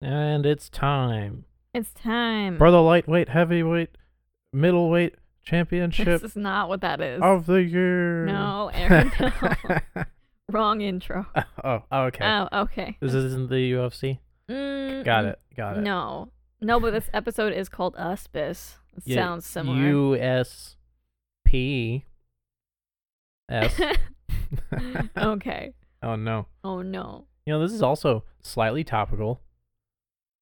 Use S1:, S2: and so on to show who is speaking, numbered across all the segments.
S1: And it's time
S2: It's time.
S1: for the lightweight, heavyweight, middleweight
S2: this
S1: championship
S2: is not what that is.
S1: of the year.
S2: No, Aaron, no. Wrong intro.
S1: oh, okay.
S2: Oh, okay.
S1: this isn't the UFC.
S2: Mm,
S1: Got it. Got it.
S2: No. No, but this episode is called Uspis. It
S1: Yeah,
S2: sounds similar.
S1: U S P S.
S2: okay.
S1: Oh no.
S2: Oh no.
S1: You know, this is also slightly topical.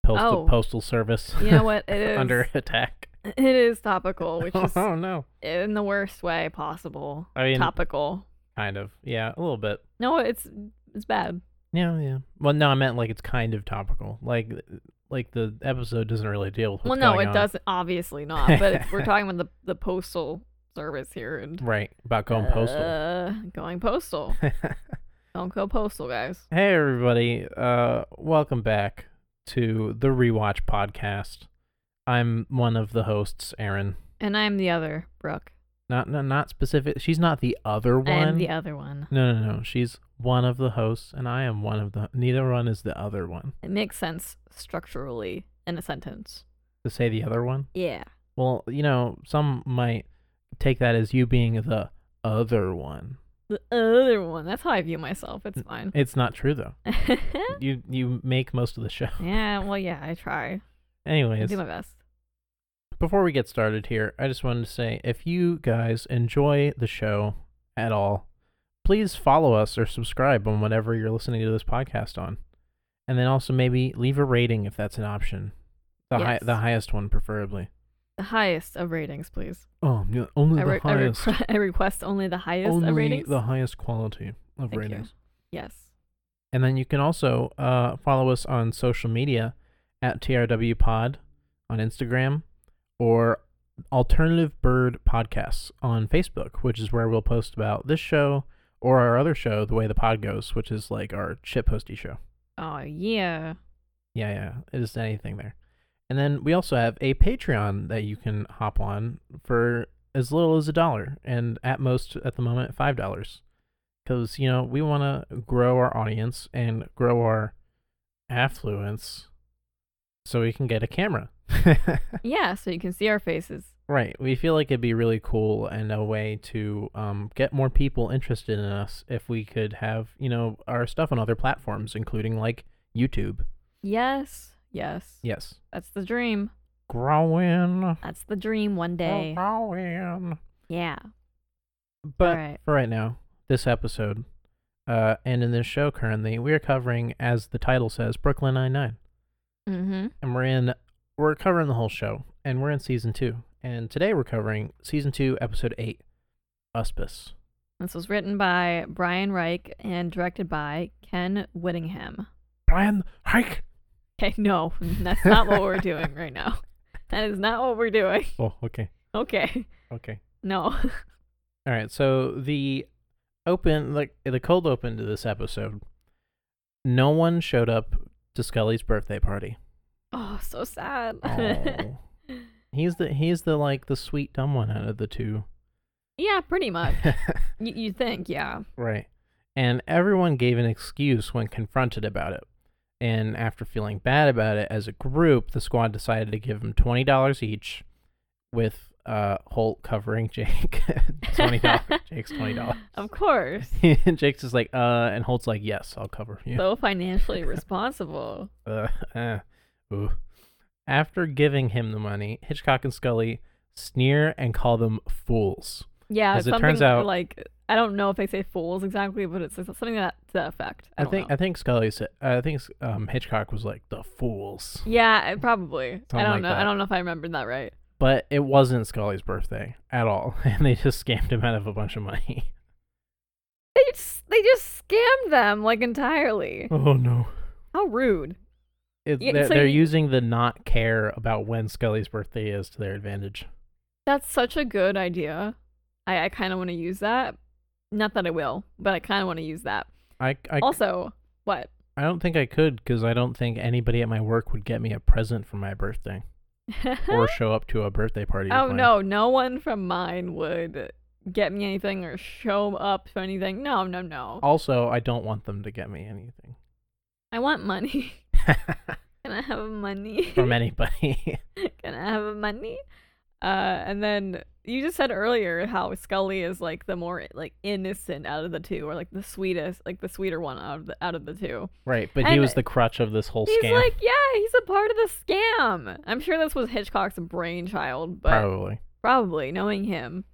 S1: Postal
S2: Oh.
S1: postal service
S2: You know what? It is
S1: under attack.
S2: It is topical, which is
S1: oh no.
S2: in the worst way possible.
S1: I mean,
S2: topical.
S1: kind of. Yeah, a little bit.
S2: No, it's it's bad.
S1: Yeah, yeah. Well, no, I meant like it's kind of topical. Like, like the episode doesn't really deal with.
S2: well,
S1: What's
S2: no,
S1: going
S2: it
S1: on.
S2: doesn't. Obviously not. But it's, we're talking about the the postal service here and
S1: Right about going postal.
S2: Uh, going postal. Don't go postal, guys.
S1: Hey everybody, uh welcome back to the Rewatch podcast. I'm one of the hosts, Aaron.
S2: And I'm the other Brooke.
S1: Not no, not specific. She's not the other one.
S2: I am the other one.
S1: No, no, no. She's one of the hosts and I am one of the neither one is the other one.
S2: It makes sense structurally in a sentence.
S1: To say the other one?
S2: Yeah.
S1: Well, you know, some might take that as you being the other one.
S2: The other one. That's how I view myself. It's fine.
S1: It's not true though. You you make most of the show.
S2: yeah, well, yeah, I try. I
S1: Anyways,
S2: do my best.
S1: before we get started here, I just wanted to say if you guys enjoy the show at all, please follow us or subscribe on whatever you're listening to this podcast on. And then also maybe leave a rating if that's an option. The hi-
S2: Yes.
S1: the highest one preferably.
S2: The highest of ratings, please.
S1: Oh, yeah, only
S2: I,
S1: the
S2: re- I, re-
S1: highest.
S2: I request only the highest
S1: only
S2: of ratings.
S1: the highest quality of
S2: Thank you.
S1: ratings.
S2: Yes.
S1: And then you can also uh, follow us on social media at TRW Pod on Instagram or Alternative Bird Podcasts on Facebook, which is where we'll post about this show or our other show, The Way the Pod Goes, which is like our shitposty show.
S2: Oh, yeah.
S1: Yeah, yeah, it is anything there. And then we also have a Patreon that you can hop on for as little as a dollar, and at most at the moment five dollars, because you know we want to grow our audience and grow our affluence, so we can get a camera.
S2: Yeah, so you can see our faces.
S1: right, we feel like it'd be really cool and a way to um, get more people interested in us if we could have you know our stuff on other platforms, including like YouTube.
S2: Yes. Yes.
S1: Yes,
S2: That's the dream.
S1: growing.
S2: That's the dream one day. Yeah.
S1: But
S2: Alright.
S1: for right now, this episode, uh, and in this show currently, we are covering, as the title says, Brooklyn Nine Nine,
S2: Mm-hmm.
S1: and we're in, we're covering the whole show, and we're in season two, and today we're covering season two, episode eight, Uspis.
S2: This was written by Brian Reich and directed by Ken Whittingham.
S1: Brian, hike.
S2: Okay, no, that's not what we're doing right now. That is not what we're doing.
S1: Oh, okay,
S2: Okay.
S1: okay.
S2: No.
S1: All right, so the open, like the cold open to this episode, no one showed up to Scully's birthday party.
S2: Oh, so sad.
S1: Oh. He's the he's the like the sweet dumb one out of the two.
S2: yeah, pretty much. Y- you think, yeah.
S1: right. And everyone gave an excuse when confronted about it. And after feeling bad about it as a group, the squad decided to give him twenty dollars each, with uh Holt covering Jake. twenty dollars. Jake's twenty dollars.
S2: Of course.
S1: and Jake's just like, uh, and Holt's like, yes, I'll cover you.
S2: So financially responsible.
S1: Uh, uh, ooh. After giving him the money, Hitchcock and Scully sneer and call them fools.
S2: Yeah,
S1: 'Cause it
S2: something
S1: turns out-
S2: like I don't know if they say fools exactly, but it's something that to that effect. I,
S1: I
S2: don't
S1: think
S2: know.
S1: I think Scully said I think um, Hitchcock was like the fools,
S2: yeah, it probably. I
S1: Something
S2: don't
S1: like
S2: know.
S1: that.
S2: I don't know if I remembered that right.
S1: but it wasn't Scully's birthday at all, and they just scammed him out of a bunch of money.
S2: They just, they just scammed them like entirely.
S1: Oh no!
S2: How rude.
S1: It,
S2: Yeah,
S1: they're,
S2: so
S1: they're
S2: you-
S1: using the not care about when Scully's birthday is to their advantage.
S2: That's such a good idea. I, I kind of want to use that. Not that I will, but I kind of want to use that.
S1: I I,
S2: also, what?
S1: I don't think I could because I don't think anybody at my work would get me a present for my birthday. or show up to a birthday party. of
S2: oh
S1: mine.
S2: no, no one from mine would get me anything or show up to anything. No, no, no.
S1: Also, I don't want them to get me anything
S2: I want money. Can I have money?
S1: from anybody.
S2: Can I have money? Uh, and then you just said earlier how Scully is like the more like innocent out of the two, or like the sweetest, like the sweeter one out of the out of the two.
S1: right, but he
S2: And
S1: was the crutch of this whole
S2: He's
S1: scam.
S2: like, yeah, he's a part of the scam. I'm sure this was Hitchcock's brainchild, but
S1: probably.
S2: probably knowing him.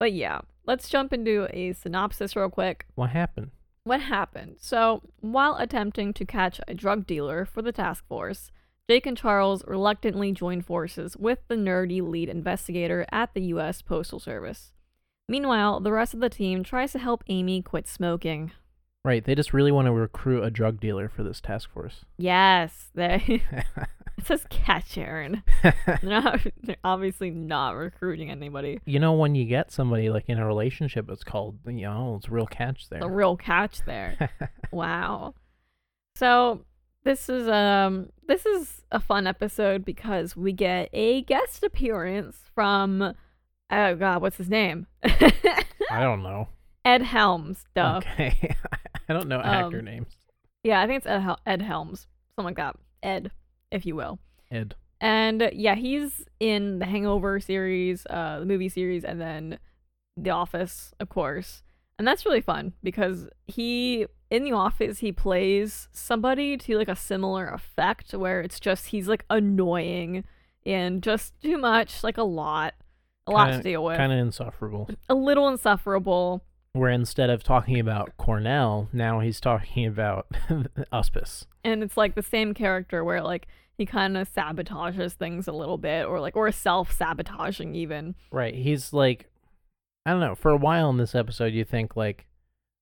S2: But yeah, let's jump into a synopsis real quick.
S1: What happened?
S2: What happened? So, while attempting to catch a drug dealer for the task force, Jake and Charles reluctantly join forces with the nerdy lead investigator at the U.S. Postal Service. Meanwhile, the rest of the team tries to help Amy quit smoking.
S1: Right, they just really want to recruit a drug dealer for this task force.
S2: Yes, they. it says catch Aaron. They're, not, they're obviously not recruiting anybody.
S1: you know, when you get somebody like in a relationship, it's called you know, it's a real catch there.
S2: The real catch there. Wow. So this is um this is a fun episode because we get a guest appearance from oh god, what's his name?
S1: I don't know.
S2: Ed Helms, duh.
S1: Okay, I don't know actor
S2: Oh. Um,
S1: names.
S2: Yeah, I think it's Ed, Hel- Ed Helms, something like that. Ed, if you will.
S1: Ed.
S2: And uh, yeah, he's in the Hangover series, uh, the movie series, and then The Office, of course. And that's really fun because he in The Office he plays somebody to like a similar effect where it's just he's like annoying and just too much, like a lot, a lot to
S1: Kinda-
S2: deal with,
S1: Kind of insufferable.
S2: a little insufferable.
S1: Where instead of talking about Cornell, now he's talking about Uspis.
S2: and it's like the same character where like he kind of sabotages things a little bit or like or self sabotaging even
S1: Right. He's like, I don't know. For a while in this episode, you think like,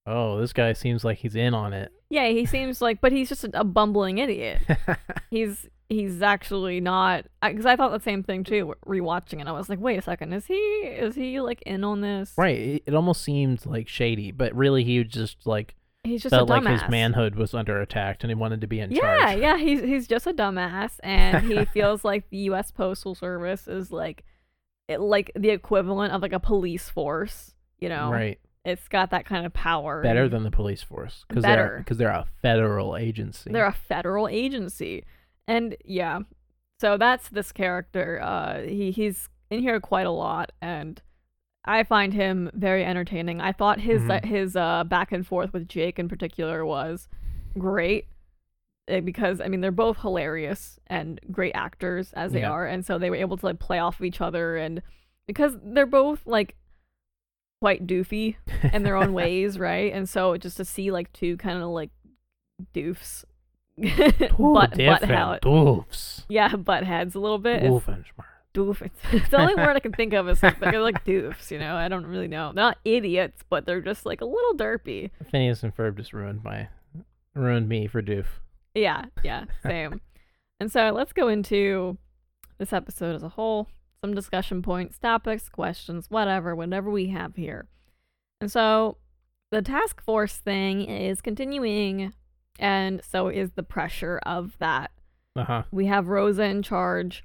S1: oh, this guy seems like he's in on it.
S2: yeah he seems like but he's just a, a bumbling idiot he's he's actually not because i thought the same thing too rewatching it i was like wait a second is he is he like in on this
S1: right. It, it almost seemed like shady, but really he was just like
S2: he's just
S1: felt
S2: a dumbass
S1: like his manhood was under attack and he wanted to be in
S2: yeah
S1: charge.
S2: yeah he's he's just a dumbass and he feels like the us postal service is like it, like the equivalent of like a police force you know
S1: Right.
S2: it's got that kind of power
S1: Better
S2: and-
S1: than the police force because they're
S2: Better.
S1: because they're a federal agency.
S2: They're a federal agency. And yeah. So that's this character. Uh he he's in here quite a lot and I find him very entertaining. I thought his
S1: Mhm.
S2: his uh back and forth with Jake in particular was great. eh, Because I mean they're both hilarious and great actors as they
S1: Yeah.
S2: are, and so they were able to like play off of each other, and because they're both like quite doofy, in their own ways, right? And so just to see like two kind of like doofs
S1: Two
S2: butt butt
S1: different
S2: out.
S1: doofs.
S2: Yeah, butt heads a little bit. It's,
S1: Doofenshmirtz.
S2: doof. It's, it's the only word I can think of is like they're like doofs, you know. I don't really know. They're not idiots, but they're just like a little derpy.
S1: Phineas and Ferb just ruined my ruined me for doof.
S2: Yeah, yeah, same. and so let's go into this episode as a whole. Some discussion points, topics, questions, whatever, whatever we have here. And so the task force thing is continuing, and so is the pressure of that.
S1: Uh huh.
S2: We have Rosa in charge,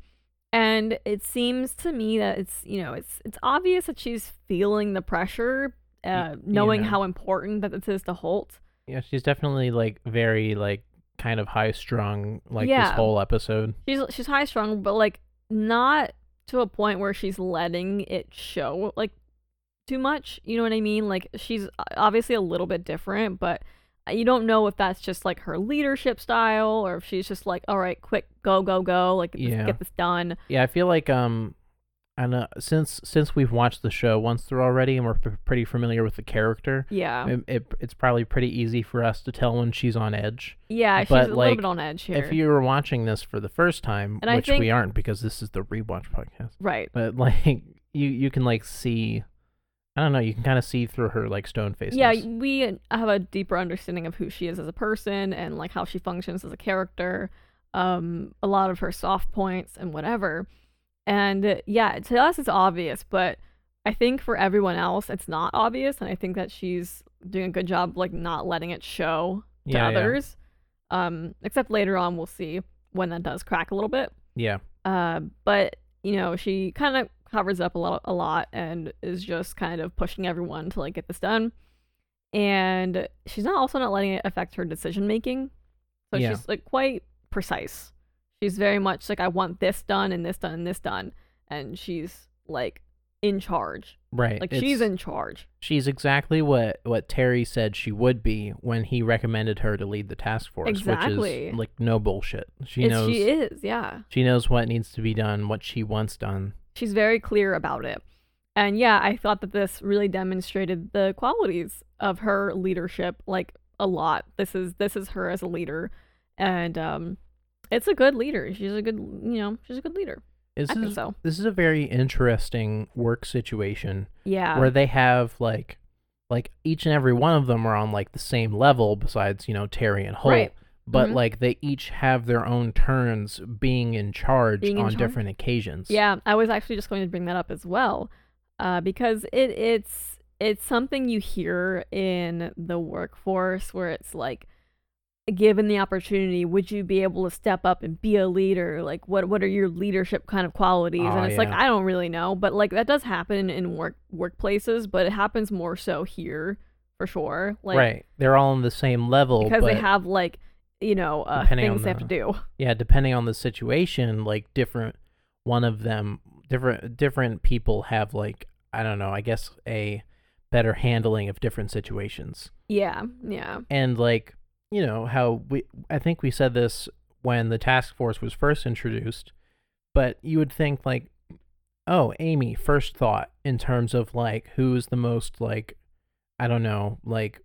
S2: and it seems to me that it's you know it's it's obvious that she's feeling the pressure,
S1: Y-
S2: uh,
S1: you
S2: knowing
S1: know.
S2: how important that this is to Holt.
S1: Yeah, she's definitely like very like kind of high strung like
S2: Yeah.
S1: this whole episode.
S2: she's she's high strung, but like not to a point where she's letting it show like too much. You know what I mean? Like she's uh, obviously a little bit different, but uh, you don't know if that's just like her leadership style or if she's just like, all right, quick, go, go, go, like get,
S1: Yeah.
S2: this, get this done.
S1: Yeah, I feel like um I know since since we've watched the show once through already and we're p- pretty familiar with the character,
S2: Yeah,
S1: it, it, it's probably pretty easy for us to tell when she's on edge.
S2: yeah, she's
S1: but,
S2: a
S1: like,
S2: little bit on edge here.
S1: If you were watching this for the first time,
S2: And I
S1: which we
S2: think-
S1: aren't because this is the rewatch podcast,
S2: right.
S1: but like you you can like see I don't know, you can kind of see through her like stone faces.
S2: Yeah, we have a deeper understanding of who she is as a person and like how she functions as a character, um, a lot of her soft points and whatever. And uh, yeah, to us it's obvious, but I think for everyone else it's not obvious, and I think that she's doing a good job like not letting it show to
S1: Yeah, yeah.
S2: others. Um, except later on we'll see when that does crack a little bit.
S1: Yeah.
S2: Uh, but you know, she kind of covers up a lot, a lot, and is just kind of pushing everyone to like get this done. And she's not also not letting it affect her decision making. So
S1: Yeah.
S2: she's like quite precise. She's very much like, I want this done and this done and this done, and she's like in charge.
S1: Right.
S2: Like
S1: it's-
S2: she's in charge.
S1: She's exactly what what Terry said she would be when he recommended her to lead the task force, which
S2: Exactly.
S1: is like no bullshit. She
S2: It's-
S1: knows
S2: she
S1: she,
S2: is, yeah.
S1: knows what needs to be done, what she wants done.
S2: she's very clear about it. And yeah, I thought that this really demonstrated the qualities of her leadership like a lot. This is this is her as a leader and um it's a good leader. She's a good, you know, she's a good leader.
S1: This
S2: I think
S1: is
S2: so.
S1: this is a very interesting work situation
S2: Yeah.
S1: where they have like like each and every one of them are on like the same level besides, you know, Terry and Holt.
S2: Right.
S1: But
S2: Mhm.
S1: like they each have their own turns being in charge
S2: Being in
S1: on
S2: charge?
S1: different occasions.
S2: Yeah, I was actually just going to bring that up as well, uh, because it it's it's something you hear in the workforce where it's like, given the opportunity, would you be able to step up and be a leader? Like, what what are your leadership kind of qualities?
S1: Ah,
S2: and it's like
S1: yeah.
S2: I don't really know, but like that does happen in work workplaces, but it happens more so here for sure. Like,
S1: right. They're all on the same level
S2: because
S1: but
S2: they have like you know uh,
S1: Depending on
S2: things they have to do.
S1: yeah depending on the situation like different one of them different different people have like i don't know i guess a better handling of different situations
S2: Yeah, yeah,
S1: and like you know how we i think we said this when the task force was first introduced but you would think like oh amy first thought in terms of like who's the most like i don't know like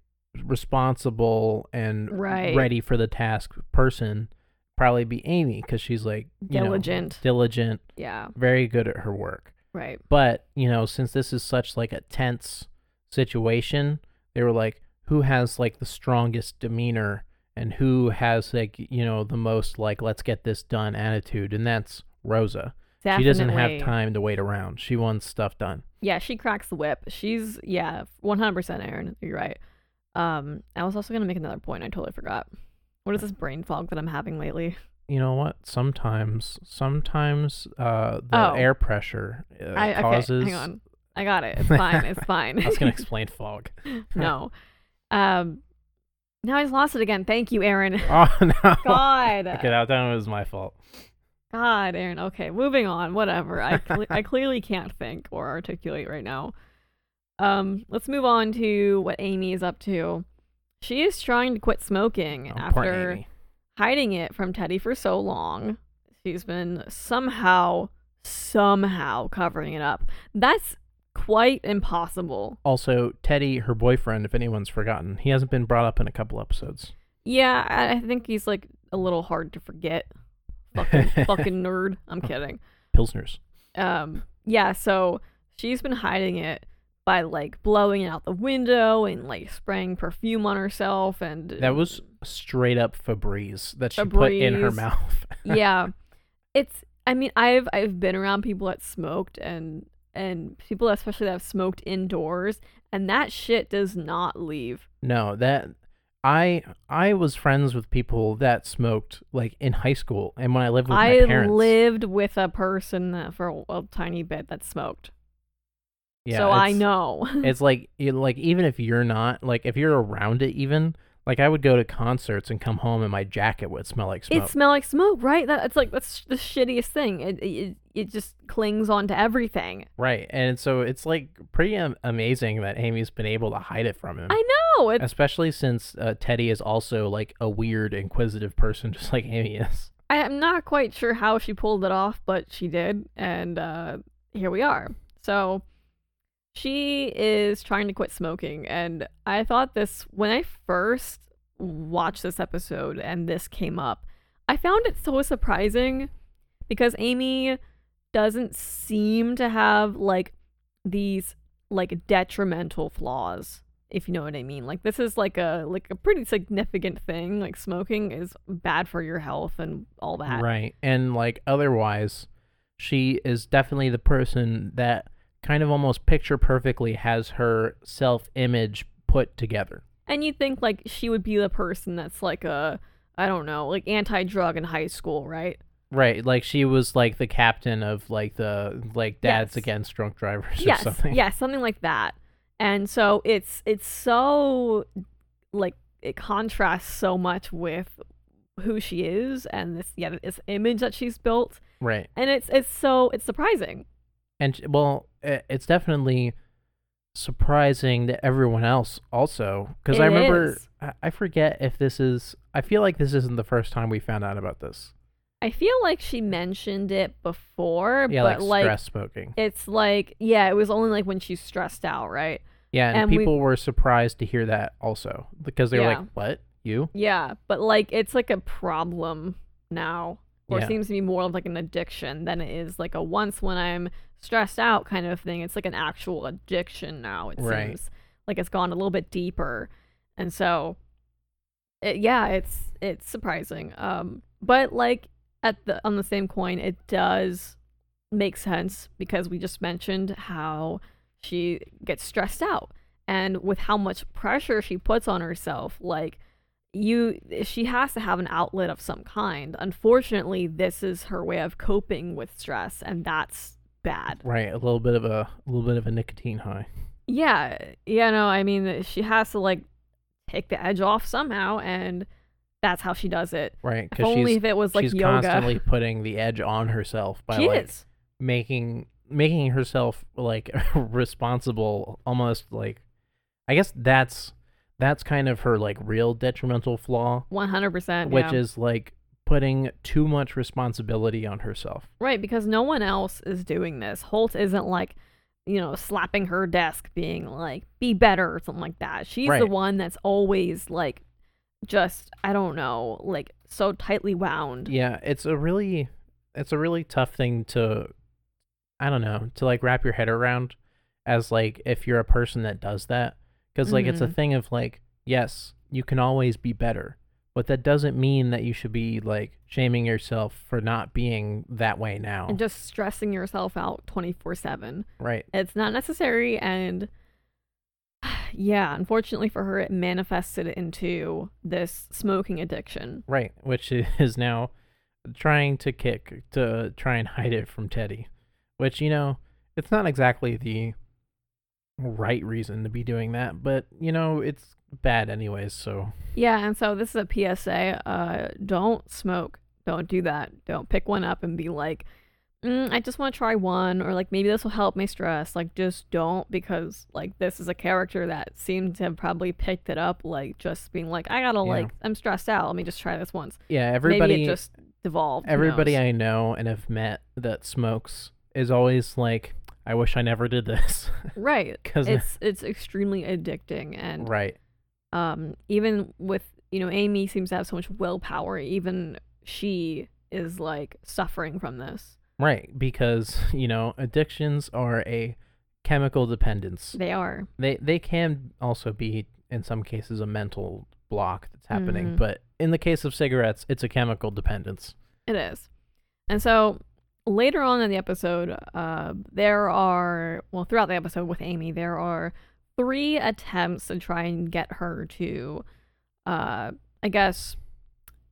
S1: responsible and
S2: Right.
S1: ready for the task person probably be amy because she's like you know,
S2: Diligent.
S1: diligent
S2: yeah,
S1: very good at her work
S2: right,
S1: but you know since this is such like a tense situation they were like who has like the strongest demeanor and who has like you know the most like let's get this done attitude and that's rosa
S2: definitely.
S1: she doesn't have time to wait around she wants stuff done
S2: Yeah, she cracks the whip. She's yeah, one hundred percent Aaron. You're right. Um, I was also gonna make another point. I totally forgot. What is this brain fog that I'm having lately?
S1: you know what sometimes sometimes uh the
S2: Oh.
S1: air pressure uh,
S2: I okay,
S1: causes
S2: hang on. I got it. It's fine. It's fine.
S1: i was gonna explain fog
S2: no. Um, now I just lost it again. Thank you, Aaron.
S1: oh no
S2: God.
S1: okay that, that was my fault
S2: God, Aaron. Okay, moving on. Whatever. I cle- I clearly can't think or articulate right now. Um, let's move on to what Amy is up to. She is trying to quit smoking
S1: Oh, poor
S2: after
S1: Amy.
S2: hiding it from Teddy for so long. She's been somehow, somehow covering it up. That's quite impossible.
S1: Also, Teddy, her boyfriend, if anyone's forgotten, he hasn't been brought up in a couple episodes.
S2: Yeah, I, I think he's like a little hard to forget. Fucking, fucking nerd. I'm kidding.
S1: Pilsners.
S2: Um, yeah, so she's been hiding it by like blowing it out the window and like spraying perfume on herself and
S1: That was straight up Febreze that she put in her
S2: Febreze.
S1: mouth.
S2: yeah it's i mean i've i've been around people that smoked and and people especially that have smoked indoors and that shit does not leave
S1: no, that I I was friends with people that smoked like in high school and when I lived with
S2: i
S1: my parents.
S2: lived with a person that for a, a tiny bit that smoked
S1: yeah,
S2: so i
S1: it's-
S2: know
S1: it's like it, like even if you're not like if you're around it even like I would go to concerts and come home and my jacket would smell like smoke.
S2: it smell like smoke right that, it's like that's the shittiest thing it, it it just clings on to everything
S1: right, and so it's like pretty am- amazing that Amy's been able to hide it from him.
S2: i know it's
S1: especially since uh, Teddy is also like a weird, inquisitive person, just like Amy is.
S2: I, I'm not quite sure how she pulled it off, but she did, and uh, here we are. So she is trying to quit smoking, and I thought this when I first watched this episode and this came up, I found it so surprising because Amy doesn't seem to have like these like detrimental flaws if you know what i mean like this is like a like a pretty significant thing like smoking is bad for your health and all that
S1: Right. And like otherwise, she is definitely the person that kind of almost picture perfectly has her self image put together.
S2: and you think like she would be the person that's like a i don't know like anti-drug in high school right
S1: Right, like she was like the captain of like the like dads
S2: Yes.
S1: against drunk drivers
S2: yes,
S1: or something.
S2: yes, something like that. And so it's it's so like it contrasts so much with who she is and this yeah this image that she's built,
S1: Right.
S2: and it's it's so it's surprising.
S1: And sh- well, i- it's definitely surprising to everyone else also because I
S2: It
S1: remember
S2: is.
S1: I, I forget if this is I feel like this isn't the first time we found out about this.
S2: I feel like she mentioned it before,
S1: Yeah, like,
S2: but like
S1: stress smoking.
S2: it's like yeah, it was only like when she's stressed out, right?
S1: Yeah, and,
S2: and we-
S1: people were surprised to hear that also because they were
S2: Yeah.
S1: like, "What you?"
S2: Yeah, but like it's like a problem now, or
S1: Yeah.
S2: it seems to be more of like an addiction than it is like a once when I'm stressed out kind of thing. It's like an actual addiction now. It
S1: Right.
S2: seems like it's gone a little bit deeper, and so it, yeah, it's it's surprising. Um, but like at the on the same coin, it does make sense because we just mentioned how she gets stressed out and with how much pressure she puts on herself like you she has to have an outlet of some kind unfortunately this is her way of coping with stress and that's bad
S1: Right, a little bit of a, a little bit of a nicotine high.
S2: yeah yeah no i mean she has to like take the edge off somehow and that's how she does it
S1: Right,
S2: if
S1: because
S2: only
S1: she's
S2: if it was like
S1: she's
S2: yoga
S1: constantly putting the edge on herself by
S2: she
S1: like
S2: is
S1: making making herself like responsible almost like I guess that's that's kind of her like real detrimental flaw,
S2: 100%
S1: which
S2: Uh, yeah.
S1: is like putting too much responsibility on herself.
S2: Right, because no one else is doing this. Holt isn't like, you know, slapping her desk, being like, be better or something like that. She's the
S1: Right.
S2: one that's always like, just, I don't know, like so tightly wound.
S1: Yeah, it's a really it's a really tough thing to I don't know, to like wrap your head around as like if you're a person that does that cuz like it's a
S2: Mhm.
S1: thing of like yes, you can always be better, but that doesn't mean that you should be like shaming yourself for not being that way now.
S2: And just stressing yourself out 24 7.
S1: right.
S2: It's not necessary. And yeah, unfortunately for her, it manifested into this smoking addiction.
S1: Right, which is now trying to kick to try and hide it from Teddy, which you know, it's not exactly the right reason to be doing that, but you know, it's bad anyways, so
S2: Yeah, and so this is a PSA. Uh, don't smoke. Don't do that. Don't pick one up and be like, mm, I just want to try one, or like maybe this will help my stress. Like, just don't because like this is a character that seems to have probably picked it up, like just being like, I gotta
S1: Yeah.
S2: like, I'm stressed out. Let me just try this once.
S1: yeah,
S2: maybe
S1: everybody
S2: it just devolved. who
S1: everybody
S2: knows?
S1: I know and have met that smokes is always like I wish I never did this.
S2: right.
S1: 'Cause-
S2: It's it's extremely addicting and
S1: right.
S2: um, even with you know amy seems to have so much willpower even she is like suffering from this
S1: Right, because, you know, addictions are a chemical dependence.
S2: they are
S1: they they can also be in some cases a mental block that's happening
S2: Mhm.
S1: but in the case of cigarettes it's a chemical dependence
S2: it is and so later on in the episode uh, there are well throughout the episode with amy there are three attempts to try and get her to uh, i guess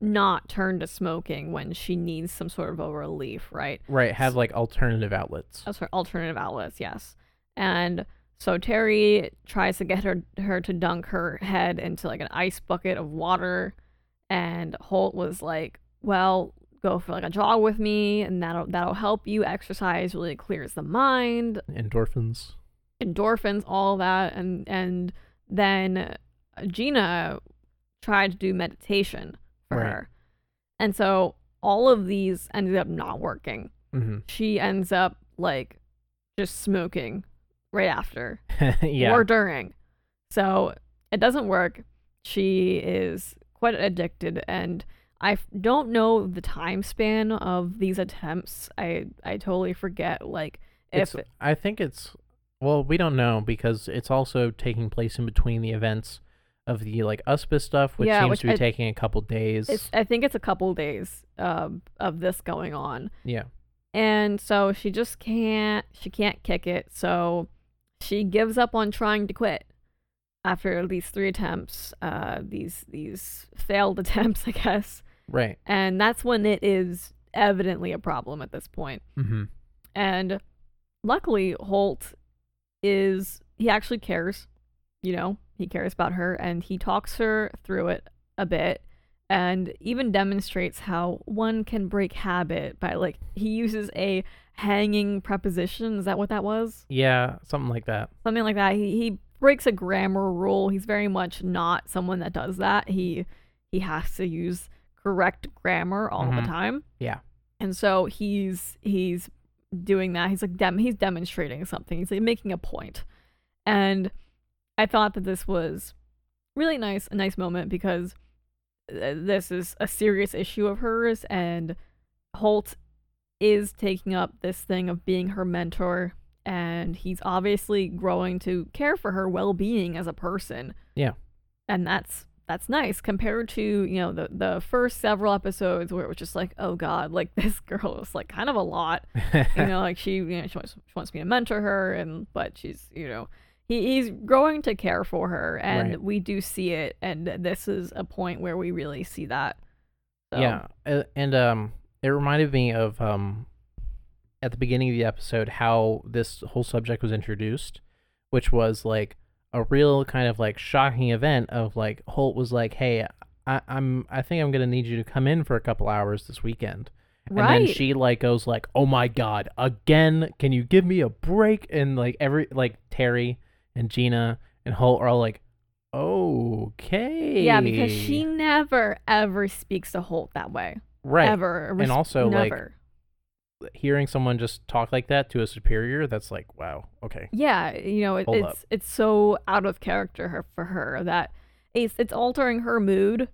S2: not turn to smoking when she needs some sort of a relief right
S1: right have like alternative outlets
S2: Oh, sorry, alternative outlets, yes. And so Terry tries to get her her to dunk her head into like an ice bucket of water, and Holt was like, "Well, go for like a jog with me, and that'll that'll help you. Exercise really clears the mind,
S1: endorphins
S2: endorphins, all that." And and then Gina tried to do meditation for
S1: Right.
S2: her, and so all of these ended up not working
S1: hmm
S2: she ends up like just smoking right after
S1: yeah
S2: or during. So it doesn't work. She is quite addicted and I f- don't know the time span of these attempts. I I totally forget like
S1: it's
S2: if
S1: i think it's well we don't know because it's also taking place in between the events of the like USPA stuff which
S2: Yeah,
S1: seems
S2: which
S1: to be
S2: I-
S1: taking a couple days
S2: it's I think it's a couple days um, of this going on.
S1: yeah
S2: and so she just can't she can't kick it so she gives up on trying to quit after these three attempts uh these these failed attempts i guess
S1: right
S2: and that's when it is evidently a problem at this point.
S1: Mm-hmm.
S2: And luckily, Holt is, he actually cares. You know, he cares about her and he talks her through it a bit and even demonstrates how one can break habit by, like, he uses a hanging preposition. Is that what that was?
S1: Yeah, something like that.
S2: Something like that. He, he breaks a grammar rule. He's very much not someone that does that. He, he has to use correct grammar all
S1: Mhm.
S2: the time.
S1: Yeah.
S2: And so he's he's doing that. He's like dem- he's demonstrating something. He's like making a point. And I thought that this was really nice, a nice moment because th- this is a serious issue of hers and Holt is taking up this thing of being her mentor and he's obviously growing to care for her well-being as a person.
S1: Yeah.
S2: And that's that's nice compared to, you know, the the first several episodes where it was just like, oh god, like this girl is like kind of a lot you know, like she, you know, she wants, she wants me to mentor her, and but she's, you know, he, he's growing to care for her, and
S1: Right.
S2: we do see it, and this is a point where we really see that. So,
S1: Yeah, a- and um, it reminded me of um, at the beginning of the episode how this whole subject was introduced, which was like a real kind of like shocking event of like Holt was like, "Hey, I, I'm I think I'm gonna need you to come in for a couple hours this weekend." And
S2: Right.
S1: then she like goes like, "Oh my god, again? Can you give me a break?" And like every like Terry and Gina and Holt are all like, "Okay."
S2: yeah, because
S1: Eh.
S2: she never ever speaks to Holt that way,
S1: right
S2: ever,
S1: And also, like,
S2: never.
S1: hearing someone just talk like that to a superior, that's like, wow, okay.
S2: yeah, you know, it,
S1: Hold
S2: it's it's so out of character her, for her that it's it's altering her mood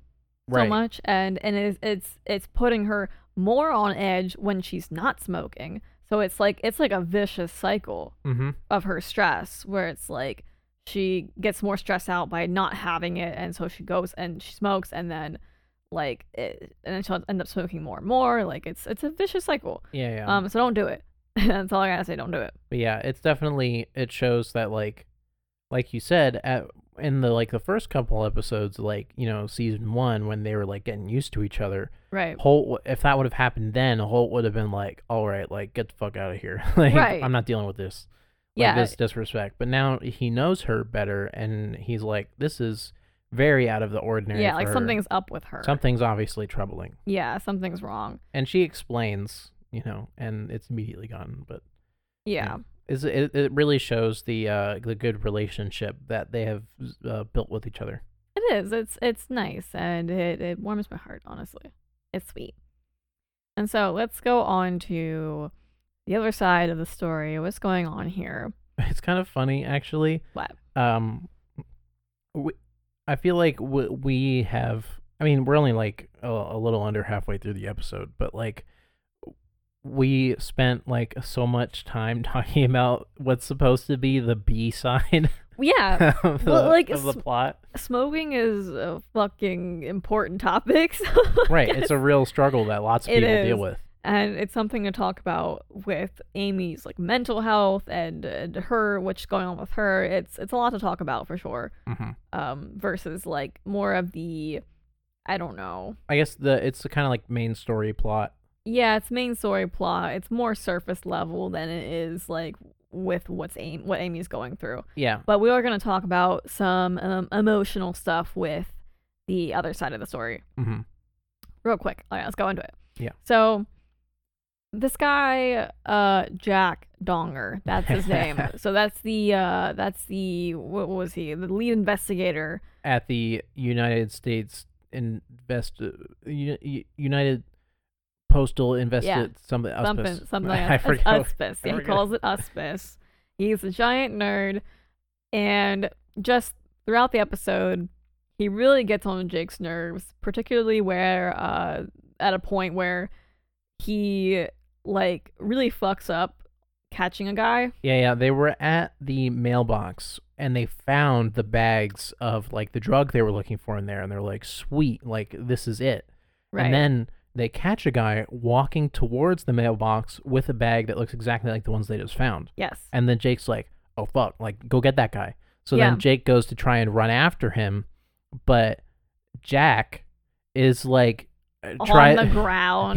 S2: so much and and it's it's it's putting her more on edge when she's not smoking so it's like it's like a vicious cycle
S1: Mm-hmm.
S2: of her stress where it's like she gets more stressed out by not having it and so she goes and she smokes and then like it, and then she'll end up smoking more and more like it's it's a vicious cycle
S1: Yeah, yeah.
S2: um so don't do it that's all i gotta say don't do it
S1: but yeah, it's definitely it shows that like, like you said, at in the like the first couple episodes, like you know season one when they were like getting used to each other,
S2: right
S1: Holt. w- If that would have happened then, Holt would have been like, all right, like get the fuck out of here. like
S2: Right.
S1: I'm not dealing with this. Like,
S2: yeah
S1: this disrespect. But now he knows her better, and he's like, this is very out of the ordinary.
S2: yeah
S1: for
S2: like
S1: her.
S2: something's up with her
S1: something's obviously troubling.
S2: yeah something's wrong
S1: and she explains you know and it's immediately gone but
S2: yeah
S1: is it, it really shows the uh the good relationship that they have uh, built with each other
S2: It is. It's it's nice and it, it warms my heart, honestly. It's sweet. And so let's go on to the other side of the story. What's going on here?
S1: it's kind of funny actually
S2: What?
S1: um we, i feel like we, we have i mean we're only like a, a little under halfway through the episode but like we spent like so much time talking about what's supposed to be the b side
S2: Yeah,
S1: of, the,
S2: Well, like,
S1: of the
S2: s-
S1: plot
S2: smoking is a fucking important topic. So
S1: right it's a real struggle that lots of
S2: It
S1: people deal
S2: is.
S1: with
S2: and it's something to talk about with Amy's like mental health and, and her what's going on with her. It's it's a lot to talk about for sure.
S1: hmm
S2: Um versus like more of the I don't know,
S1: I guess the it's the kind of like main story plot.
S2: yeah it's main story plot it's more surface level than it is like with what's aim what amy's going through
S1: Yeah.
S2: but we are going to talk about some um, emotional stuff with the other side of the story
S1: hmm
S2: real quick all right let's go into it
S1: Yeah.
S2: so this guy uh jack donger that's his name so that's the uh that's the what was he the lead investigator
S1: At the United States invest uh, U- U- United Postal invested
S2: Yeah.
S1: something else.
S2: something something like
S1: I forgot.
S2: us- us- Uspis. Yeah, he
S1: forgot.
S2: calls it Uspis. He's a giant nerd, and just throughout the episode, he really gets on Jake's nerves, particularly where uh, at a point where he like really fucks up catching a guy.
S1: Yeah, yeah. They were at the mailbox and they found the bags of like the drug they were looking for in there, and they're like, "Sweet, like this is it."
S2: Right.
S1: And then they catch a guy walking towards the mailbox with a bag that looks exactly like the ones they just found.
S2: yes.
S1: And then Jake's like, "Oh fuck, like go get that guy." So
S2: Yeah.
S1: then Jake goes to try and run after him, but Jack is like uh,
S2: on the ground.